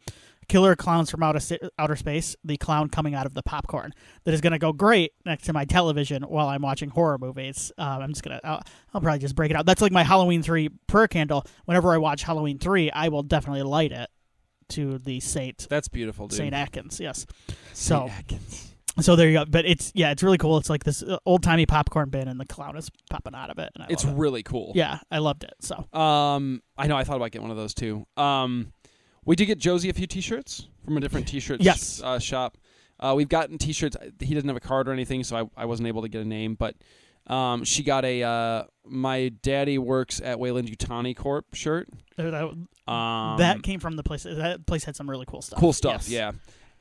S2: Killer Clowns from Outer, Sta- Outer Space, the clown coming out of the popcorn that is going to go great next to my television while I'm watching horror movies. Um, I'm just going to, I'll, I'll probably just break it out. That's like my Halloween 3 prayer candle. Whenever I watch Halloween 3, I will definitely light it to the Saint,
S1: That's beautiful, dude.
S2: Saint Atkins. Yes.
S1: Saint
S2: so-
S1: Atkins.
S2: So there you go. But it's, yeah, it's really cool. It's like this old timey popcorn bin and the clown is popping out of it. And I
S1: it's
S2: love it.
S1: really cool.
S2: Yeah, I loved it. So
S1: Um, I know. I thought about getting one of those too. Um, we did get Josie a few T-shirts from a different T-shirt
S2: Yes.
S1: uh, shop. Uh, we've gotten T-shirts. He doesn't have a card or anything, so I, I wasn't able to get a name. But um, she got a uh, my daddy works at Wayland Utani Corp shirt.
S2: that,
S1: Um,
S2: uh, that came from the place. That place had some really cool stuff.
S1: cool stuff.
S2: Yes.
S1: Yeah.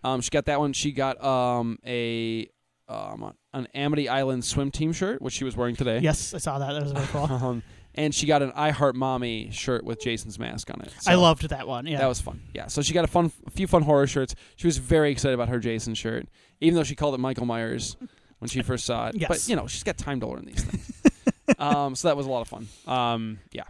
S1: Um, she got that one. She got um a um an Amity Island swim team shirt, which she was wearing today.
S2: Yes, I saw that. That was really cool.
S1: Um, and she got an I Heart Mommy shirt with Jason's mask on it.
S2: I
S1: So
S2: loved that one. Yeah.
S1: that was fun. Yeah, so she got a fun, a few fun horror shirts. She was very excited about her Jason shirt, even though she called it Michael Myers when she first saw it. But
S2: Yes.
S1: you know, she's got time to learn these things. um, so that was a lot of fun. Um, yeah,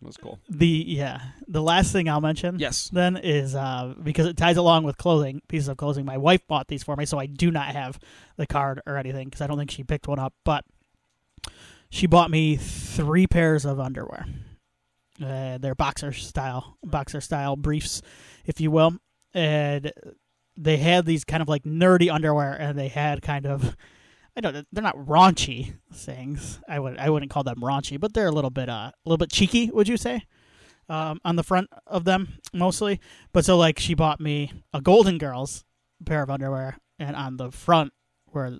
S1: it was cool.
S2: the yeah. The last thing I'll mention
S1: Yes,
S2: then is uh, because it ties along with clothing pieces of clothing. My wife bought these for me, so I do not have the card or anything because I don't think she picked one up. But she bought me three pairs of underwear. Uh, they're boxer style, boxer style briefs, if you will, and they had these kind of like nerdy underwear, and they had kind of. I don't. know, They're not raunchy things. I would. I wouldn't call them raunchy, but they're a little bit. Uh, a little bit cheeky. Would you say? um, on the front of them mostly. But so like she bought me a Golden Girls pair of underwear, and on the front where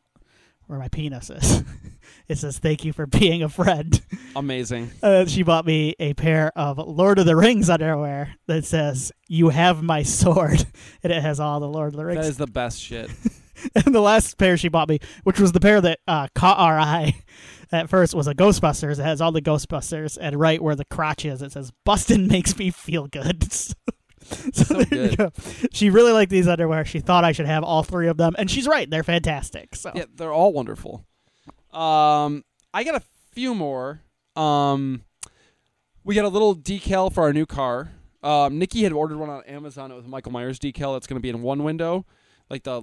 S2: where my penis is, it says "Thank you for being a friend."
S1: amazing.
S2: Uh, she bought me a pair of Lord of the Rings underwear that says "You have my sword," and it has all the Lord of the
S1: That
S2: Rings.
S1: is the best shit.
S2: and the last pair she bought me, which was the pair that uh, caught our eye. At first was a Ghostbusters. It has all the Ghostbusters, and right where the crotch is, it says "Bustin' makes me feel good." so, there
S1: good.
S2: you go. She really liked these underwear. She thought I should have all three of them, and she's right. They're fantastic. So
S1: Yeah, they're all wonderful. Um, I got a few more. Um, we got a little decal for our new car. Um, Nikki had ordered one on Amazon. It was a Michael Myers decal. That's going to be in one window, like the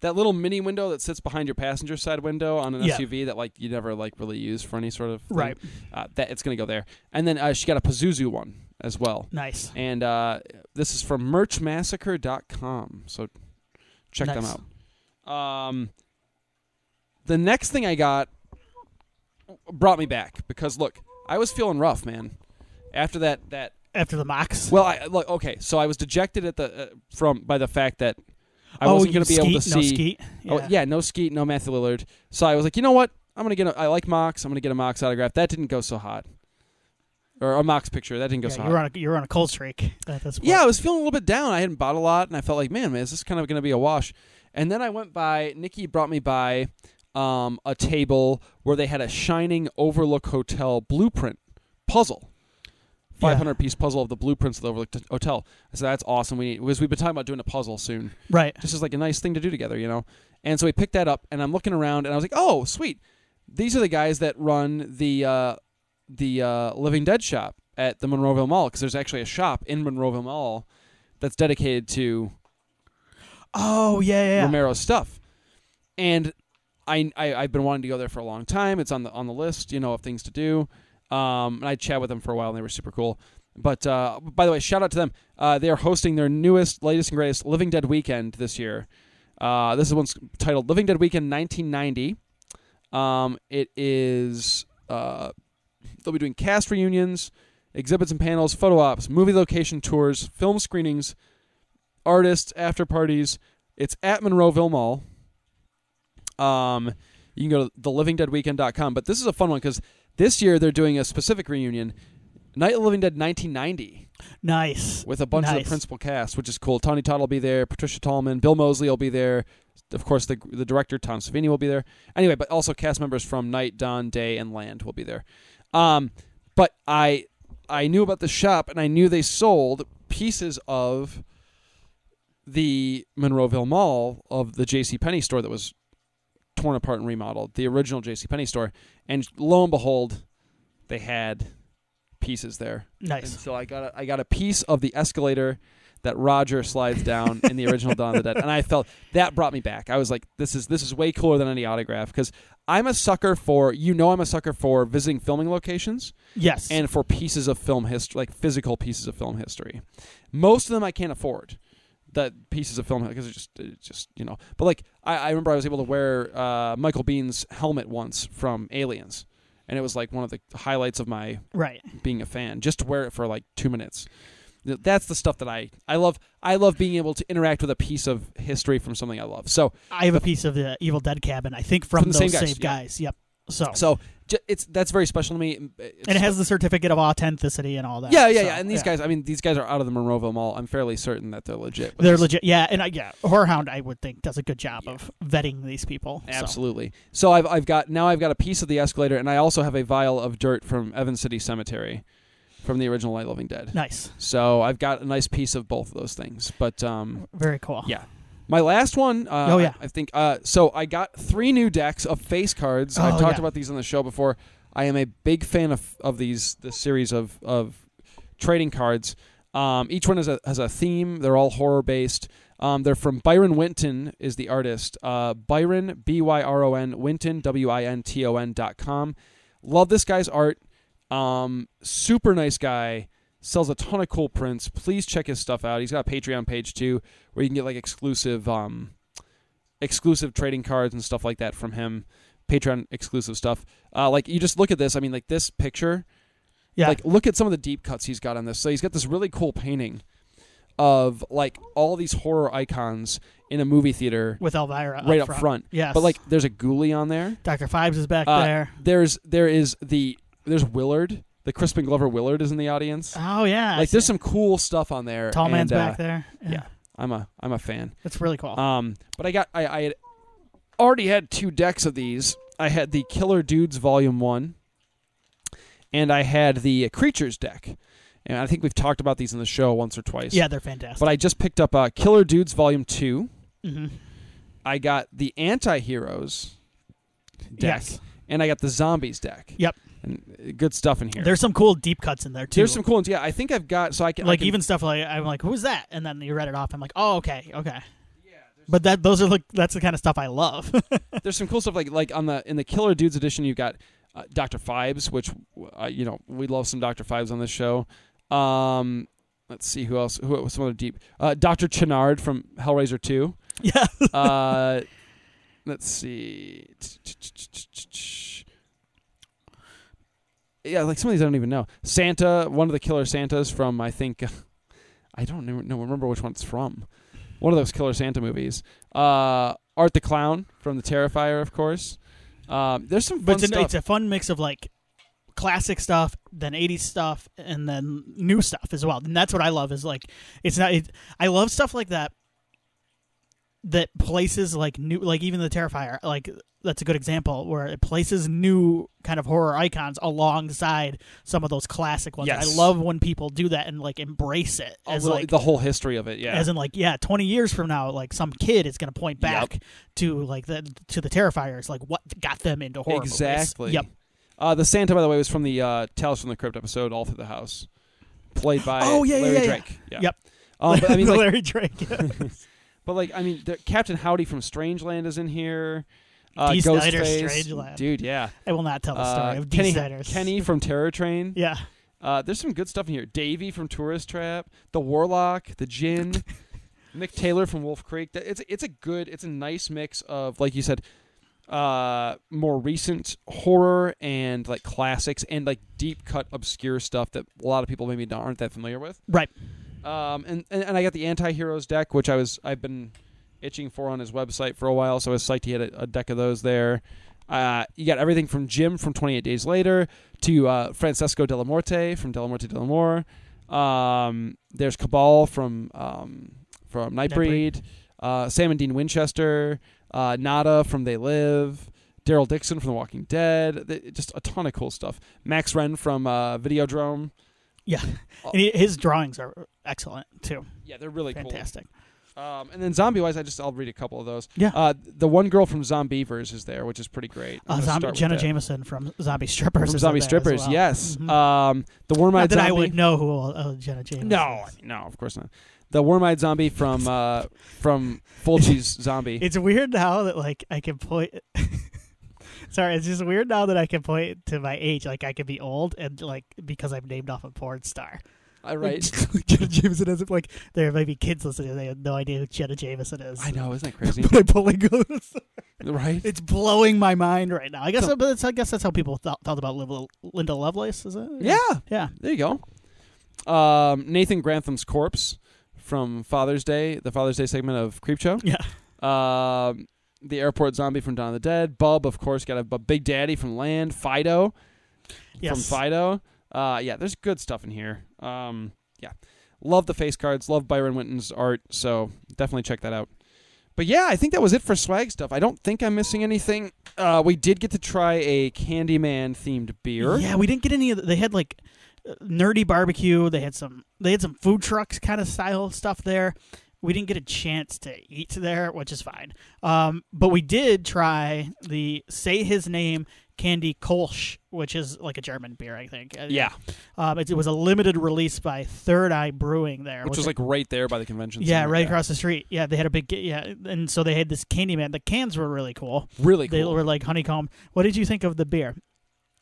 S1: that little mini window that sits behind your passenger side window on an
S2: Yeah.
S1: SUV that like you never like really use for any sort of thing.
S2: Right.
S1: Uh, that it's going to go there. And then uh, she got a Pazuzu one as well.
S2: nice.
S1: And uh, this is from merchmassacre.com. So check them
S2: Nice.
S1: out. Um, the next thing I got brought me back because look, I was feeling rough, man. After that that
S2: After the mocks.
S1: well, I look okay, so I was dejected at the uh, from by the fact that I
S2: oh,
S1: wasn't
S2: you
S1: going to be able to
S2: skeet?
S1: see
S2: No skeet. Yeah.
S1: Oh yeah, no Skeet, no Matthew Lillard. So I was like, you know what? I'm gonna get. A, I like Mox. I'm gonna get a Mox autograph. That didn't go so hot, or a Mox picture. That didn't go
S2: Yeah,
S1: so
S2: you were
S1: hot.
S2: on a you were on a cold streak at this point.
S1: Yeah, I was feeling a little bit down. I hadn't bought a lot, and I felt like, man, man, is this kind of gonna be a wash? And then I went by. Nikki brought me by um, a table where they had a Shining Overlook Hotel blueprint puzzle. 500 piece puzzle of the blueprints of the Overlook Hotel. I said, that's awesome. We need, because we've been talking about doing a puzzle soon
S2: Right.
S1: just as like a nice thing to do together, you know. And so we picked that up, and I'm looking around, and I was like, oh, sweet, these are the guys that run the uh, the uh, Living Dead shop at the Monroeville Mall because there's actually a shop in Monroeville Mall that's dedicated to
S2: Oh yeah, yeah. yeah.
S1: Romero's stuff, and I, I I've been wanting to go there for a long time. It's on the on the list, you know, of things to do. Um, and I chat with them for a while, and they were super cool. But uh, by the way, shout out to them. Uh, they are hosting their newest, latest, and greatest Living Dead Weekend this year. Uh, this is one's titled "Living Dead Weekend 1990." Um, it is uh, they'll be doing cast reunions, exhibits and panels, photo ops, movie location tours, film screenings, artists, after parties. It's at Monroeville Mall. Um, you can go to thelivingdeadweekend.com. But this is a fun one because this year they're doing a specific reunion, Night of the Living Dead 1990,
S2: Nice.
S1: with a bunch of
S2: Nice.
S1: the principal cast, which is cool. Tawny Todd will be there, Patricia Tallman, Bill Mosley will be there. Of course, the the director Tom Savini will be there. Anyway, but also cast members from Night, Dawn, Day, and Land will be there. Um, but I I knew about the shop and I knew they sold pieces of the Monroeville Mall of the J.C. Penney store that was torn apart and remodeled, the original J.C. Penney store. And lo and behold, they had pieces there. And
S2: Nice.
S1: so I got a, I got a piece of the escalator that Roger slides down in the original Dawn of the Dead, and I felt that brought me back. I was like, this is this is way cooler than any autograph because I'm a sucker for you know I'm a sucker for visiting filming locations
S2: Yes.
S1: and for pieces of film history, like physical pieces of film history. Most of them I can't afford that pieces of film because it just, it just you know. But like I, I remember I was able to wear uh, Michael Bean's helmet once from Aliens, and it was like one of the highlights of my
S2: right.
S1: being a fan. Just to wear it for like two minutes. Th- That's the stuff that I I love. I love being able to interact with a piece of history from something I love. So
S2: I have a piece of the Evil Dead cabin. I think from,
S1: From the
S2: those
S1: same guys,
S2: same
S1: yeah.
S2: guys. Yep. So.
S1: so j- it's that's very special to me. It's-
S2: and it has the certificate of authenticity and all that.
S1: yeah yeah
S2: so,
S1: yeah. And these guys, I mean, these guys are out of the Monroeville Mall. I'm fairly certain that they're legit. with
S2: they're
S1: this.
S2: legit. Yeah, and I, yeah, Horrorhound, I would think, does a good job of vetting these people. so.
S1: Absolutely. So I've I've got now I've got a piece of the escalator, and I also have a vial of dirt from Evan City Cemetery, from the original Light Living Dead.
S2: Nice.
S1: So I've got a nice piece of both of those things. But um,
S2: Very cool.
S1: Yeah. My last one. Uh,
S2: Oh, yeah.
S1: I, I think. Uh, so I got three new decks of face cards.
S2: Oh,
S1: I've talked
S2: yeah.
S1: about these on the show before. I am a big fan of, of these this series of of trading cards. Um, each one has a has a theme. They're all horror based. Um, they're from Byron Winton is the artist. Uh, Byron B Y R O N Winton W I N T O N dot com. Love this guy's art. Um, super nice guy. Sells a ton of cool prints. Please check his stuff out. He's got a Patreon page too, where you can get like exclusive, um, exclusive trading cards and stuff like that from him. Patreon exclusive stuff. Uh, like you just look at this. I mean, like this picture.
S2: Yeah.
S1: Like look at some of the deep cuts he's got on this. So he's got this really cool painting of like all these horror icons in a movie theater
S2: With Elvira.
S1: right
S2: up
S1: up
S2: front.
S1: front.
S2: Yes.
S1: But like there's a ghoulie on there.
S2: Dr. Fibes is back
S1: Uh,
S2: there.
S1: There's there is the there's Willard. The Crispin Glover Willard is in the audience.
S2: Oh, yeah.
S1: Like there's some cool stuff on there.
S2: Tall man's
S1: and, uh,
S2: back there. Yeah.
S1: yeah. I'm a I'm a fan.
S2: It's really cool.
S1: Um, but I got I, I had already had two decks of these. I had the Killer Dudes Volume One, and I had the Creatures deck. and I think we've talked about these in the show once or twice.
S2: Yeah, they're fantastic.
S1: But I just picked up uh, Killer Dudes Volume Two.
S2: hmm
S1: I got the anti heroes deck,
S2: Yes.
S1: and I got the zombies deck.
S2: Yep.
S1: And uh, good stuff in here.
S2: There's some cool deep cuts in there too.
S1: There's some cool ones. Yeah, I think I've got so I can I
S2: like
S1: can-
S2: even stuff like I'm like, who's that? And then you read it off. I'm like, oh, okay, okay. But that those are like that's the kind of stuff I love.
S1: there's some cool stuff like like on the in the Killer Dudes edition you've got uh, Dr. Fibes, which uh, you know we love some Dr. Fibes on this show. Um, let's see who else who some other deep uh, Dr. Chenard from Hellraiser Two.
S2: yeah,
S1: Uh, let's see. Yeah, like some of these I don't even know. Santa, one of the killer Santas from I think I don't know, no, remember which one it's from. One of those killer Santa movies. Uh, Art the Clown from The Terrifier, of course. Um, there's some fun
S2: but it's, an,
S1: stuff.
S2: it's a fun mix of like classic stuff, then '80s stuff, and then new stuff as well. And that's what I love is like it's not. It, I love stuff like that. That places like new, like even the Terrifier, like that's a good example where it places new kind of horror icons alongside some of those classic ones.
S1: Yes.
S2: I love when people do that and like embrace it
S1: A
S2: as
S1: little-
S2: like
S1: the whole history of it, yeah.
S2: as in like yeah 20 years from now like some kid is going to point back to like the to the terrifiers like what got them into horror movies.
S1: exactly.
S2: yep
S1: Uh, the Santa, by the way, was from the uh, Tales from the Crypt episode, All Through the House, played by
S2: Oh, yeah, yeah,
S1: Larry
S2: yeah, yeah.
S1: Drake. Yeah.
S2: Yep.
S1: Um, but, I mean,
S2: The
S1: like,
S2: larry drake
S1: But like, I mean, there, Captain Howdy from Strangeland is in here. Uh,
S2: Dee Snider's
S1: Ghostface.
S2: Strangeland.
S1: dude, yeah.
S2: i will not tell the
S1: Uh,
S2: story of
S1: Kenny,
S2: Dee Snider's.
S1: Kenny from Terror Train.
S2: yeah
S1: Uh, there's some good stuff in here. Davey from Tourist Trap, the Warlock, the Jinn, Mick Taylor from Wolf Creek. That- It's it's a good, it's a nice mix of like you said, uh, more recent horror and like classics and like deep cut obscure stuff that a lot of people maybe don't- aren't that familiar with.
S2: right
S1: Um, and, and and I got the anti-heroes deck, which I was I've been itching for on his website for a while, so I was psyched he had a, a deck of those there. Uh, you got everything from Jim from 28 Days Later to uh, Francesco Della Morte from Della Morte Della More. Um, there's Cabal from um, from Nightbreed, uh, Sam and Dean Winchester, uh, Nada from They Live, Daryl Dixon from The Walking Dead. Th- Just a ton of cool stuff. Max Wren from uh, Videodrome.
S2: and he, his drawings are excellent too
S1: Yeah, they're really cool.
S2: fantastic
S1: Um, and then zombie wise, I just I'll read a couple of those.
S2: Yeah.
S1: Uh, the one girl from Zombievers is there, which is pretty great. I'm
S2: uh,
S1: gonna
S2: zombie,
S1: start with
S2: jenna
S1: that.
S2: jameson from zombie strippers
S1: from
S2: is
S1: Zombie
S2: in there as
S1: Strippers.
S2: well.
S1: Yes.
S2: Mhm.
S1: Um, the
S2: not
S1: worm-eyed
S2: that
S1: zombie.
S2: i would know who uh, jenna jameson
S1: No,
S2: is.
S1: no, of course not. The worm-eyed zombie from uh, from Fulci's Zombie.
S2: It's weird now that like I can point. Sorry, it's just weird now that I can point to my age. Like I could be old and like because I'm named off a porn star.
S1: All right.
S2: Like, Jenna Jameson is like there may be kids listening. They have no idea who Jenna Jameson is.
S1: I know, isn't that crazy?
S2: But I put like
S1: right.
S2: it's blowing my mind right now. I guess but it's, I guess that's how people thought, thought about Liv- Linda Lovelace. Is it?
S1: Yeah.
S2: Yeah.
S1: There you go. Um, Nathan Grantham's corpse from Father's Day, the Father's Day segment of Creepshow.
S2: Yeah.
S1: Um, the airport zombie from Dawn of the Dead. Bub, of course, got a Bub- Big Daddy from Land. Fido
S2: Yes.
S1: from Fido. Uh, yeah, there's good stuff in here. Um, yeah, love the face cards. Love Byron Winton's art. So definitely check that out. But yeah, I think that was it for swag stuff. I don't think I'm missing anything. Uh, we did get to try a Candyman themed beer.
S2: Yeah, we didn't get any of. The, they had like uh, nerdy barbecue. They had some. They had some food trucks kind of style stuff there. We didn't get a chance to eat there, which is fine. Um, but we did try the say his name candy Kolsch, which is like a German beer, I think. Uh,
S1: Yeah,
S2: Um, it, it was a limited release by Third Eye Brewing there,
S1: which was like right there by the convention.
S2: yeah,
S1: center.
S2: right across the street. Yeah, they had a big yeah, and so they had this candy man. The cans were really cool.
S1: Really cool.
S2: They were like honeycomb. What did you think of the beer?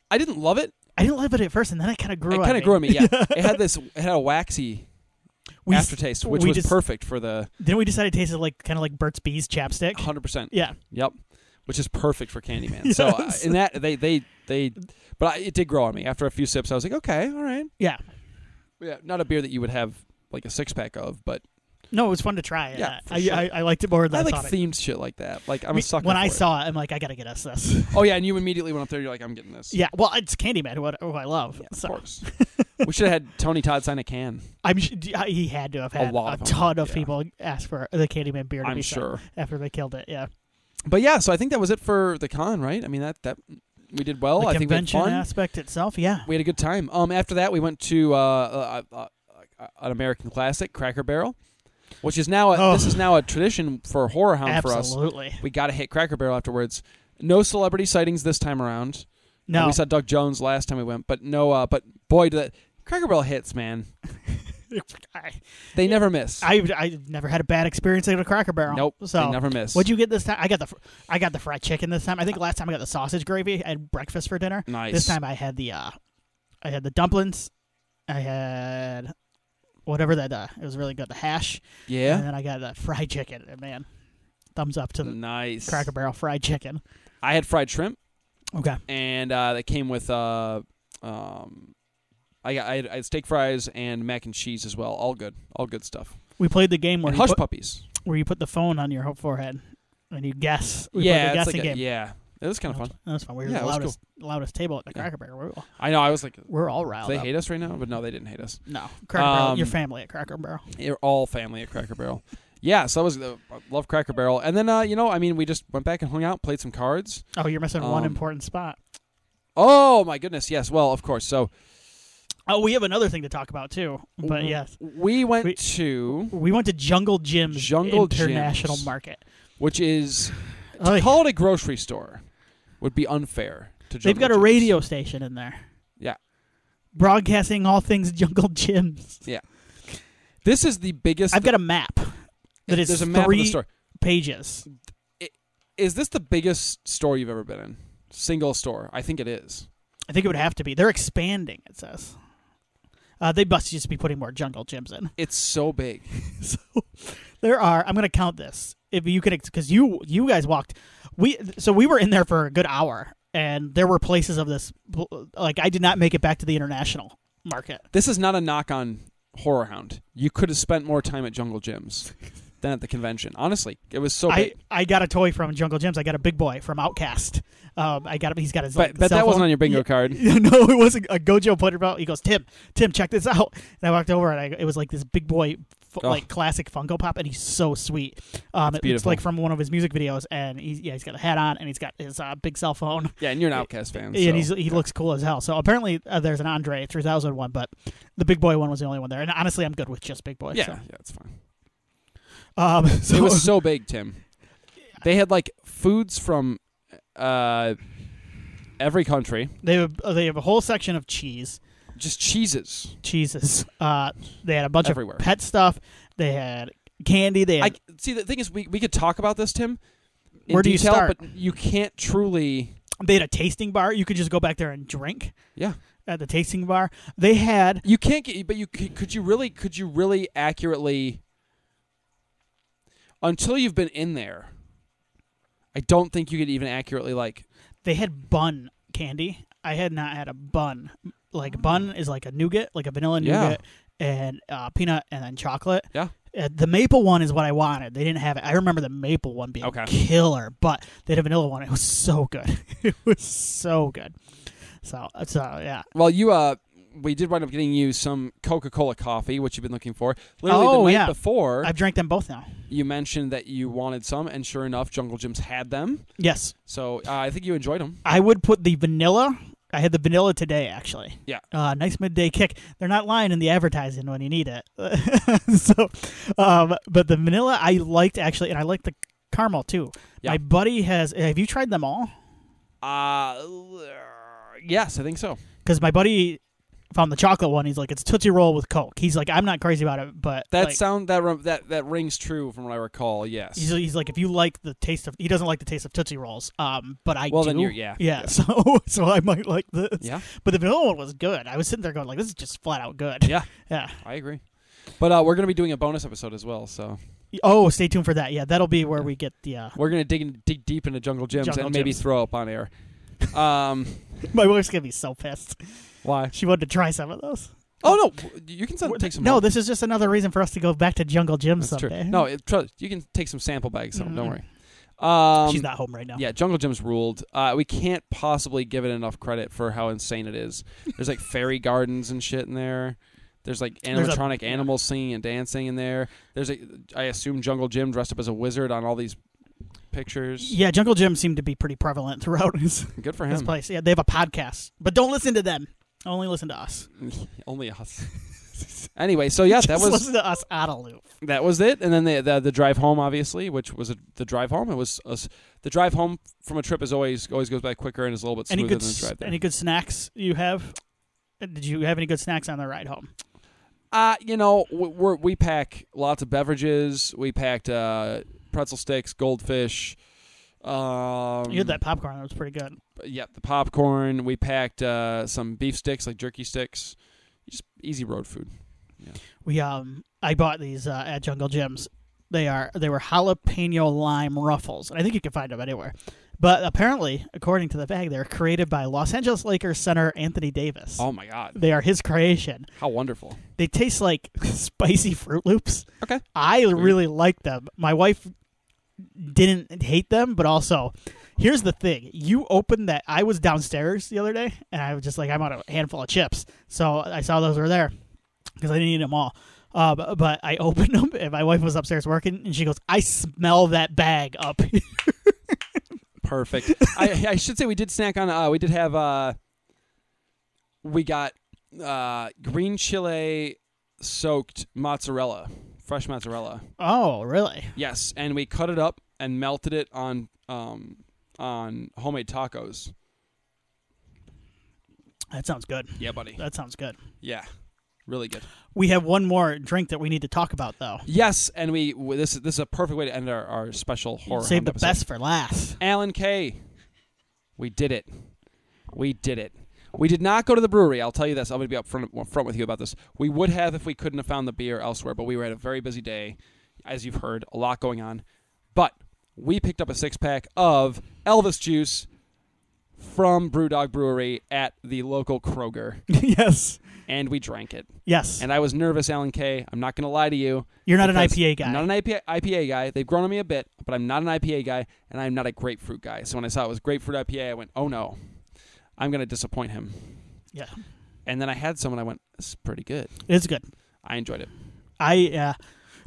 S1: I didn't love it.
S2: I didn't love it at first, and then I kind of grew.
S1: It
S2: on
S1: kind
S2: me.
S1: of grew on me. Yeah, it had this. It had a waxy
S2: We s-
S1: aftertaste, which
S2: we
S1: was
S2: just-
S1: perfect for the
S2: Then we decided it tasted like kind of like Burt's Bees chapstick.
S1: 100. percent
S2: Yeah,
S1: Yep, which is perfect for Candyman. So uh,
S2: Yes.
S1: in that they they they, but I, it did grow on me after a few sips. I was like, okay, all right.
S2: yeah.
S1: Yeah, not a beer that you would have like a six pack of, but
S2: No, it was fun to try.
S1: Yeah,
S2: Uh,
S1: for
S2: I,
S1: sure.
S2: I, I liked it more than
S1: I
S2: I,
S1: like
S2: thought. I-
S1: themed shit like that. Like I'm
S2: Me-
S1: a sucker.
S2: when I
S1: for it.
S2: saw it, I'm like, I gotta get us this.
S1: oh yeah, and you immediately went up there. You're like, I'm getting this.
S2: yeah, well, it's Candyman, what who I love.
S1: Yeah,
S2: so
S1: of course. we should have had Tony Todd sign a can.
S2: I'm sh- d- I- he had to have had a,
S1: lot of 'em,
S2: ton of
S1: yeah.
S2: people ask for the Candyman beer to
S1: I'm
S2: be sent
S1: sure.
S2: after they killed it. Yeah,
S1: But yeah, so I think that was it for the con, right? I mean that that We did well.
S2: the
S1: Oh, I think we had
S2: convention
S1: fun.
S2: aspect itself, yeah.
S1: We had a good time. Um, after that, we went to uh, uh, uh, uh, an American classic, Cracker Barrel, which is now a,
S2: Oh.
S1: this is now a tradition for Horror Hound for us.
S2: Absolutely.
S1: We got to hit Cracker Barrel afterwards. No celebrity sightings this time around. Uh,
S2: No,
S1: we saw Doug Jones last time we went, but no. Uh, but boy, did that Cracker Barrel hits, man.
S2: I,
S1: They never miss.
S2: I I've never had a bad experience at a Cracker Barrel.
S1: nope,
S2: So
S1: they never miss.
S2: what'd you get this time? I got the fr- I got the fried chicken this time. I think last time I got the sausage gravy. I had breakfast for dinner.
S1: nice.
S2: This time I had the uh, I had the dumplings. I had whatever that uh, it was really good. The hash. And
S1: yeah,
S2: then I got the fried chicken. And man, thumbs up to the
S1: nice.
S2: Cracker Barrel fried chicken.
S1: I had fried shrimp,
S2: Okay.
S1: and uh, that came with uh, um, I got I had, I had steak fries and mac and cheese as well. All good, all good stuff.
S2: We played the game where
S1: And
S2: you
S1: hush
S2: put,
S1: puppies.
S2: where you put the phone on your forehead and you guess. We
S1: yeah,
S2: played the
S1: it's
S2: guessing
S1: like a-
S2: game.
S1: yeah, it was kind of
S2: That was-
S1: fun.
S2: That was fun. We were
S1: Yeah,
S2: the
S1: it was
S2: loudest, loudest table at the
S1: Yeah.
S2: Cracker Barrel. We're, all-
S1: I know. I was like, do
S2: we're all riled
S1: they
S2: up.
S1: hate us right now? But no, they didn't hate us.
S2: no, Cracker Barrel. Your
S1: Um,
S2: family at Cracker Barrel.
S1: They're all family at Cracker Barrel. Yeah, so I was uh, I love Cracker Barrel, and then uh, you know, I mean, we just went back and hung out, played some cards.
S2: Oh, you're missing one
S1: um,
S2: important spot.
S1: Oh my goodness, yes. Well, of course. So
S2: Oh, we have another thing to talk about too. But
S1: Mm-hmm.
S2: yes,
S1: we went
S2: We-
S1: to
S2: we went to Jungle Jim's
S1: Jungle
S2: International
S1: Jim's.
S2: Market.
S1: which is
S2: Oy.
S1: to call it a grocery store would be unfair to.
S2: They've
S1: Jungle
S2: got a
S1: Gyms.
S2: radio station in there.
S1: Yeah.
S2: Broadcasting all things Jungle Gyms.
S1: This is the biggest.
S2: I've got a map that is
S1: there's a
S2: three
S1: map of the store.
S2: pages.
S1: Is this the biggest store you've ever been in? Single store, I think it is.
S2: I think it would have to be. They're expanding, it says. Uh, they must just be putting more Jungle Gyms in.
S1: It's so big.
S2: so there are. I'm gonna count this if you could, because you you guys walked. We so we were in there for a good hour, and there were places of this. Like I did not make it back to the international market.
S1: This is not a knock on Horror Hound. You could have spent more time at Jungle Gyms than at the convention. Honestly, it was so
S2: I,
S1: big.
S2: I got a toy from Jungle Gyms. I got a big boy from Outcast. Um, I got him. He's got his.
S1: but
S2: like,
S1: but
S2: cell
S1: that wasn't
S2: phone.
S1: on your bingo
S2: Yeah.
S1: card.
S2: no, it wasn't. A Gojo put it out. He goes, Tim, Tim, check this out. And I walked over, and I, it was like this big boy, f-
S1: Oh.
S2: like classic Funko Pop, and he's so sweet. Um, it looks
S1: beautiful.
S2: like from one of his music videos, and he's yeah, he's got a hat on, and he's got his uh, big cell phone,
S1: Yeah, and you're an Outcast fan.
S2: and
S1: so-
S2: he's, he looks cool as hell. So apparently, uh, there's an Andre 3000 one, but the big boy one was the only one there. And honestly, I'm good with just big boy.
S1: yeah,
S2: so.
S1: yeah, it's fine.
S2: Um, so
S1: It was so big, Tim. They had like foods from uh, every country,
S2: they have, uh, they have a whole section of cheese,
S1: just cheeses.
S2: cheeses. Uh, they had a bunch
S1: Everywhere.
S2: of pet stuff. They had candy. They had
S1: I see. The thing is, we we could talk about this, Tim. In
S2: Where do you
S1: detail,
S2: start?
S1: But you can't truly.
S2: They had a tasting bar. You could just go back there and drink.
S1: Yeah.
S2: At the tasting bar, they had
S1: You can't get, but you c- could you really could you really accurately until you've been in there. I don't think you could even accurately like.
S2: they had bun candy. I had not had a bun. Like bun is like a nougat, like a vanilla
S1: Oh. Yeah.
S2: nougat, and uh, peanut, and then chocolate.
S1: Yeah.
S2: Uh, the maple one is what I wanted. They didn't have it. I remember the maple one being
S1: Okay.
S2: killer, but they had a vanilla one. It was so good. it was so good. So, so yeah.
S1: Well, you uh, we did wind up getting you some Coca Cola coffee, which you've been looking for. Literally
S2: Oh,
S1: the night
S2: yeah.
S1: before,
S2: I've drank them both now.
S1: you mentioned that you wanted some, and sure enough, Jungle Jim's had them.
S2: Yes.
S1: So uh, I think you enjoyed them.
S2: I would put the vanilla. I had the vanilla today, actually.
S1: Yeah.
S2: Uh, nice midday kick. They're not lying in the advertising when you need it. so, um, but the vanilla I liked actually, and I liked the caramel too.
S1: Yeah.
S2: My buddy has. Have you tried them all?
S1: Uh, yes, I think so.
S2: Because my buddy found the chocolate one. He's like, it's Tootsie Roll with Coke. He's like, I'm not crazy about it, but
S1: That
S2: like,
S1: sound that rem- that that rings true from what I recall. Yes.
S2: He's, he's like, if you like the taste of, he doesn't like the taste of Tootsie Rolls. Um, but I
S1: well,
S2: do.
S1: then you're yeah.
S2: yeah, So, so I might like this.
S1: Yeah,
S2: But the vanilla one was good. I was sitting there going like, this is just flat out good.
S1: Yeah.
S2: Yeah.
S1: I agree. But uh, we're gonna be doing a bonus episode as well, so
S2: Oh, stay tuned for that. Yeah, that'll be where we get the. Uh,
S1: we're gonna dig in, dig deep into Jungle Gyms
S2: Jungle
S1: and maybe
S2: Gyms.
S1: throw up on air. Um,
S2: my wife's gonna be so pissed.
S1: why?
S2: She wanted to try some of those.
S1: Oh no, you can send,
S2: We're-
S1: take some.
S2: no,
S1: home.
S2: this is just another reason for us to go back to Jungle Gym
S1: that's true.
S2: someday.
S1: No, it, trust, you can take some sample bags home. Don't
S2: Mm.
S1: worry. Um,
S2: she's not home right now.
S1: Yeah, Jungle Gyms ruled. Uh, we can't possibly give it enough credit for how insane it is. There's like fairy gardens and shit in there. There's like
S2: There's a-
S1: animatronic animals singing and dancing in there. There's a I assume Jungle Jim dressed up as a wizard on all these pictures.
S2: Yeah, Jungle Jim seemed to be pretty prevalent throughout his,
S1: Good for
S2: his
S1: him.
S2: place. Yeah, they have a podcast, but don't listen to them. Only listen to us.
S1: Only us. anyway, so yeah, that
S2: Just
S1: was
S2: listen to us out of loop.
S1: that was it, and then the the, the drive home, obviously, which was a, the drive home. It was a s the drive home from a trip is always always goes by quicker and is a little bit smoother
S2: Any good
S1: than the
S2: s-
S1: drive there.
S2: any good snacks you have? Uh, Did you have any good snacks on the ride home?
S1: Uh, you know, we- we're, we pack lots of beverages. We packed uh, pretzel sticks, goldfish. Um,
S2: you had that popcorn. That was pretty good.
S1: Yeah, the popcorn. We packed uh, some beef sticks, like jerky sticks. Just easy road food.
S2: We um, I bought these uh, at Jungle Jim's. They are they were jalapeno lime ruffles, and I think you can find them anywhere. But apparently, according to the bag, they were created by Los Angeles Lakers center Anthony Davis.
S1: Oh my god,
S2: They are his creation.
S1: how wonderful!
S2: They taste like spicy Fruit Loops.
S1: Okay.
S2: I
S1: Weird.
S2: really like them. My wife didn't hate them, but also, here's the thing: you opened that. I was downstairs the other day, and I was just like, I'm on a handful of chips, so I saw those were there because I didn't eat them all. Uh, bu- but I opened them, and my wife was upstairs working, and she goes, "I smell that bag up."
S1: Perfect. I, I should say we did snack on. Uh, we did have. Uh, we got uh, green chile soaked mozzarella, fresh mozzarella.
S2: oh, really?
S1: Yes, and we cut it up and melted it on um, on homemade tacos.
S2: That sounds good.
S1: Yeah, buddy.
S2: That sounds good.
S1: Yeah, really good.
S2: We have one more drink that we need to talk about, though.
S1: Yes, and we w- this is this is a perfect way to end our, our special horror.
S2: Save
S1: Hound
S2: the
S1: episode.
S2: best for last.
S1: Alan Kay. We did it. We did it. We did not go to the brewery. I'll tell you this. I'm going to be up front, front with you about this. We would have if we couldn't have found the beer elsewhere, but we were at a very busy day, as you've heard, a lot going on. But we picked up a six pack of Elvis juice from Brewdog Brewery at the local Kroger,
S2: yes.
S1: and we drank it.
S2: Yes.
S1: And I was nervous, Alan Kay. I'm not going to lie to you.
S2: You're not an
S1: Because
S2: IPA guy.
S1: I'm not an IPA, IPA guy. They've grown on me a bit, but I'm not an IPA guy, and I'm not a grapefruit guy. So when I saw it was grapefruit IPA, I went, "Oh no, I'm going to disappoint him."
S2: Yeah.
S1: And then I had some, and I went, "It's pretty good.
S2: It's good.
S1: I enjoyed it.
S2: I uh,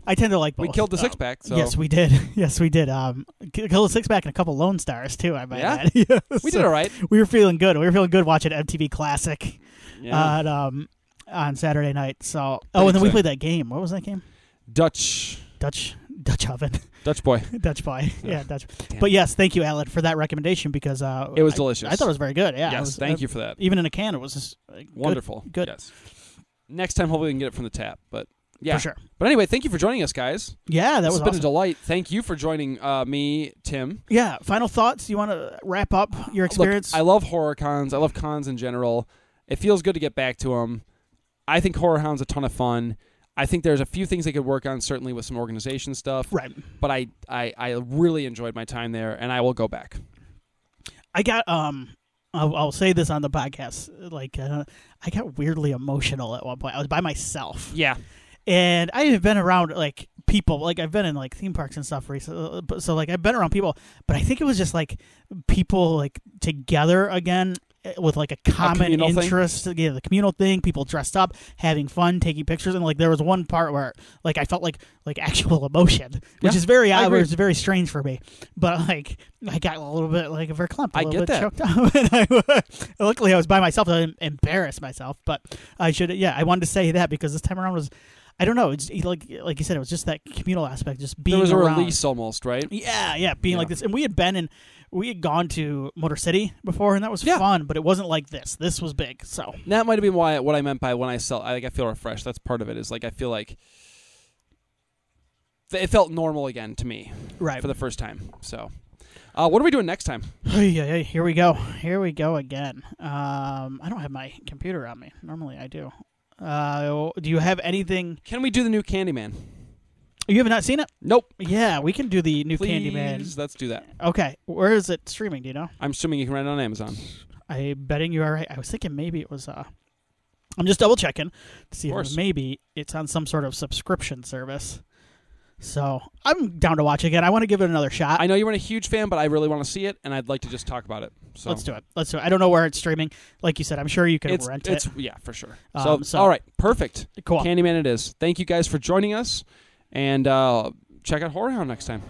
S2: I tend to like both.
S1: We killed the six
S2: Um,
S1: pack. So
S2: Yes, we did. Yes, we did. Um, k- killed the six pack and a couple Lone Stars too. I might
S1: Yeah?
S2: add. Yes.
S1: we did all right.
S2: We were feeling good. We were feeling good watching MTV Classic
S1: Yeah. uh,
S2: on um on Saturday night. So oh,
S1: Pretty
S2: and then we
S1: exciting.
S2: played that game. What was that game?
S1: Dutch,
S2: Dutch Dutch oven,
S1: Dutch boy.
S2: Dutch boy. Yeah,
S1: Yeah.
S2: Dutch.
S1: Damn.
S2: But yes, thank you, Alan, for that recommendation because uh,
S1: It was
S2: I-
S1: delicious.
S2: I thought it was very good. Yeah. it
S1: yes,
S2: was-
S1: thank
S2: uh,
S1: you for that.
S2: Even in a can, it was just, uh, good
S1: Wonderful.
S2: good.
S1: Yes. Next time, hopefully, we can get it from the tap. But yeah.
S2: for sure.
S1: But anyway, thank you for joining us, guys.
S2: Yeah, that
S1: It's
S2: was
S1: been
S2: awesome.
S1: a delight. Thank you for joining uh, me, Tim.
S2: Yeah. Final thoughts? You want to wrap up
S1: Oh, Look,
S2: your experience?
S1: I love horror cons. I love cons in general. It feels good to get back to them. I think Horror Hound's a ton of fun. I think there's a few things they could work on, certainly with some organization stuff.
S2: right.
S1: But I, I, I really enjoyed my time there, and I will go back.
S2: I got um. I'll, I'll say this on the podcast. Like, uh, I got weirdly emotional at one point. I was by myself,
S1: Yeah,
S2: and I have been around like people. Like, I've been in like theme parks and stuff recently. uh, but- So, like, I've been around people, but I think it was just like people like together again eh, with like a common
S1: communal thing?
S2: interest. Yeah, the communal thing. People dressed up, having fun, taking pictures, and like there was one part where like I felt like like actual emotion, which
S1: Yeah,
S2: is very
S1: I
S2: odd.
S1: agree.
S2: It's very strange for me, but like I got a little bit like verklempt. a
S1: I
S2: little
S1: get
S2: bit
S1: that.
S2: choked up. And I, luckily, I was by myself. so I didn't embarrass myself, but I should. Yeah, I wanted to say that because this time around was, I don't know. It's like like you said, it was just that communal aspect, just being
S1: there was a
S2: around.
S1: release almost, right?
S2: Yeah, yeah, being
S1: Yeah.
S2: like this, and we had been in, we had gone to Motor City before, and that was
S1: Yeah.
S2: fun, but it wasn't like this. This was big, so
S1: That might have been why what I meant by when I sell. I think I feel refreshed. That's part of it. Is like I feel like th- it felt normal again to me
S2: right.
S1: for the first time. So, uh, what are we doing next time?
S2: Hey, hey, hey, here we go. Here we go again. Um, I don't have my computer on me. Normally, I do. Uh, do you have anything?
S1: Can we do the new Candyman?
S2: You have not seen it?
S1: Nope.
S2: Yeah, we can do the new
S1: Please,
S2: Candyman.
S1: let's do that.
S2: Okay, where is it streaming? Do you know?
S1: I'm assuming you can rent it on Amazon.
S2: I'm betting you are right. I was thinking maybe it was. Uh, I'm just double checking to see
S1: Of
S2: if
S1: course.
S2: maybe it's on some sort of subscription service. So I'm down to watch again. I want to give it another shot.
S1: I know you weren't a huge fan, but I really want to see it, and I'd like to just talk about it. So
S2: Let's do it. Let's do it. I don't know where it's streaming. Like you said, I'm sure you can
S1: it's,
S2: rent
S1: it's,
S2: it.
S1: Yeah, for sure.
S2: Um,
S1: so,
S2: so-
S1: all right, perfect.
S2: Cool.
S1: Candyman, it is. Thank you guys for joining us, and uh, check out Horror Hound next time.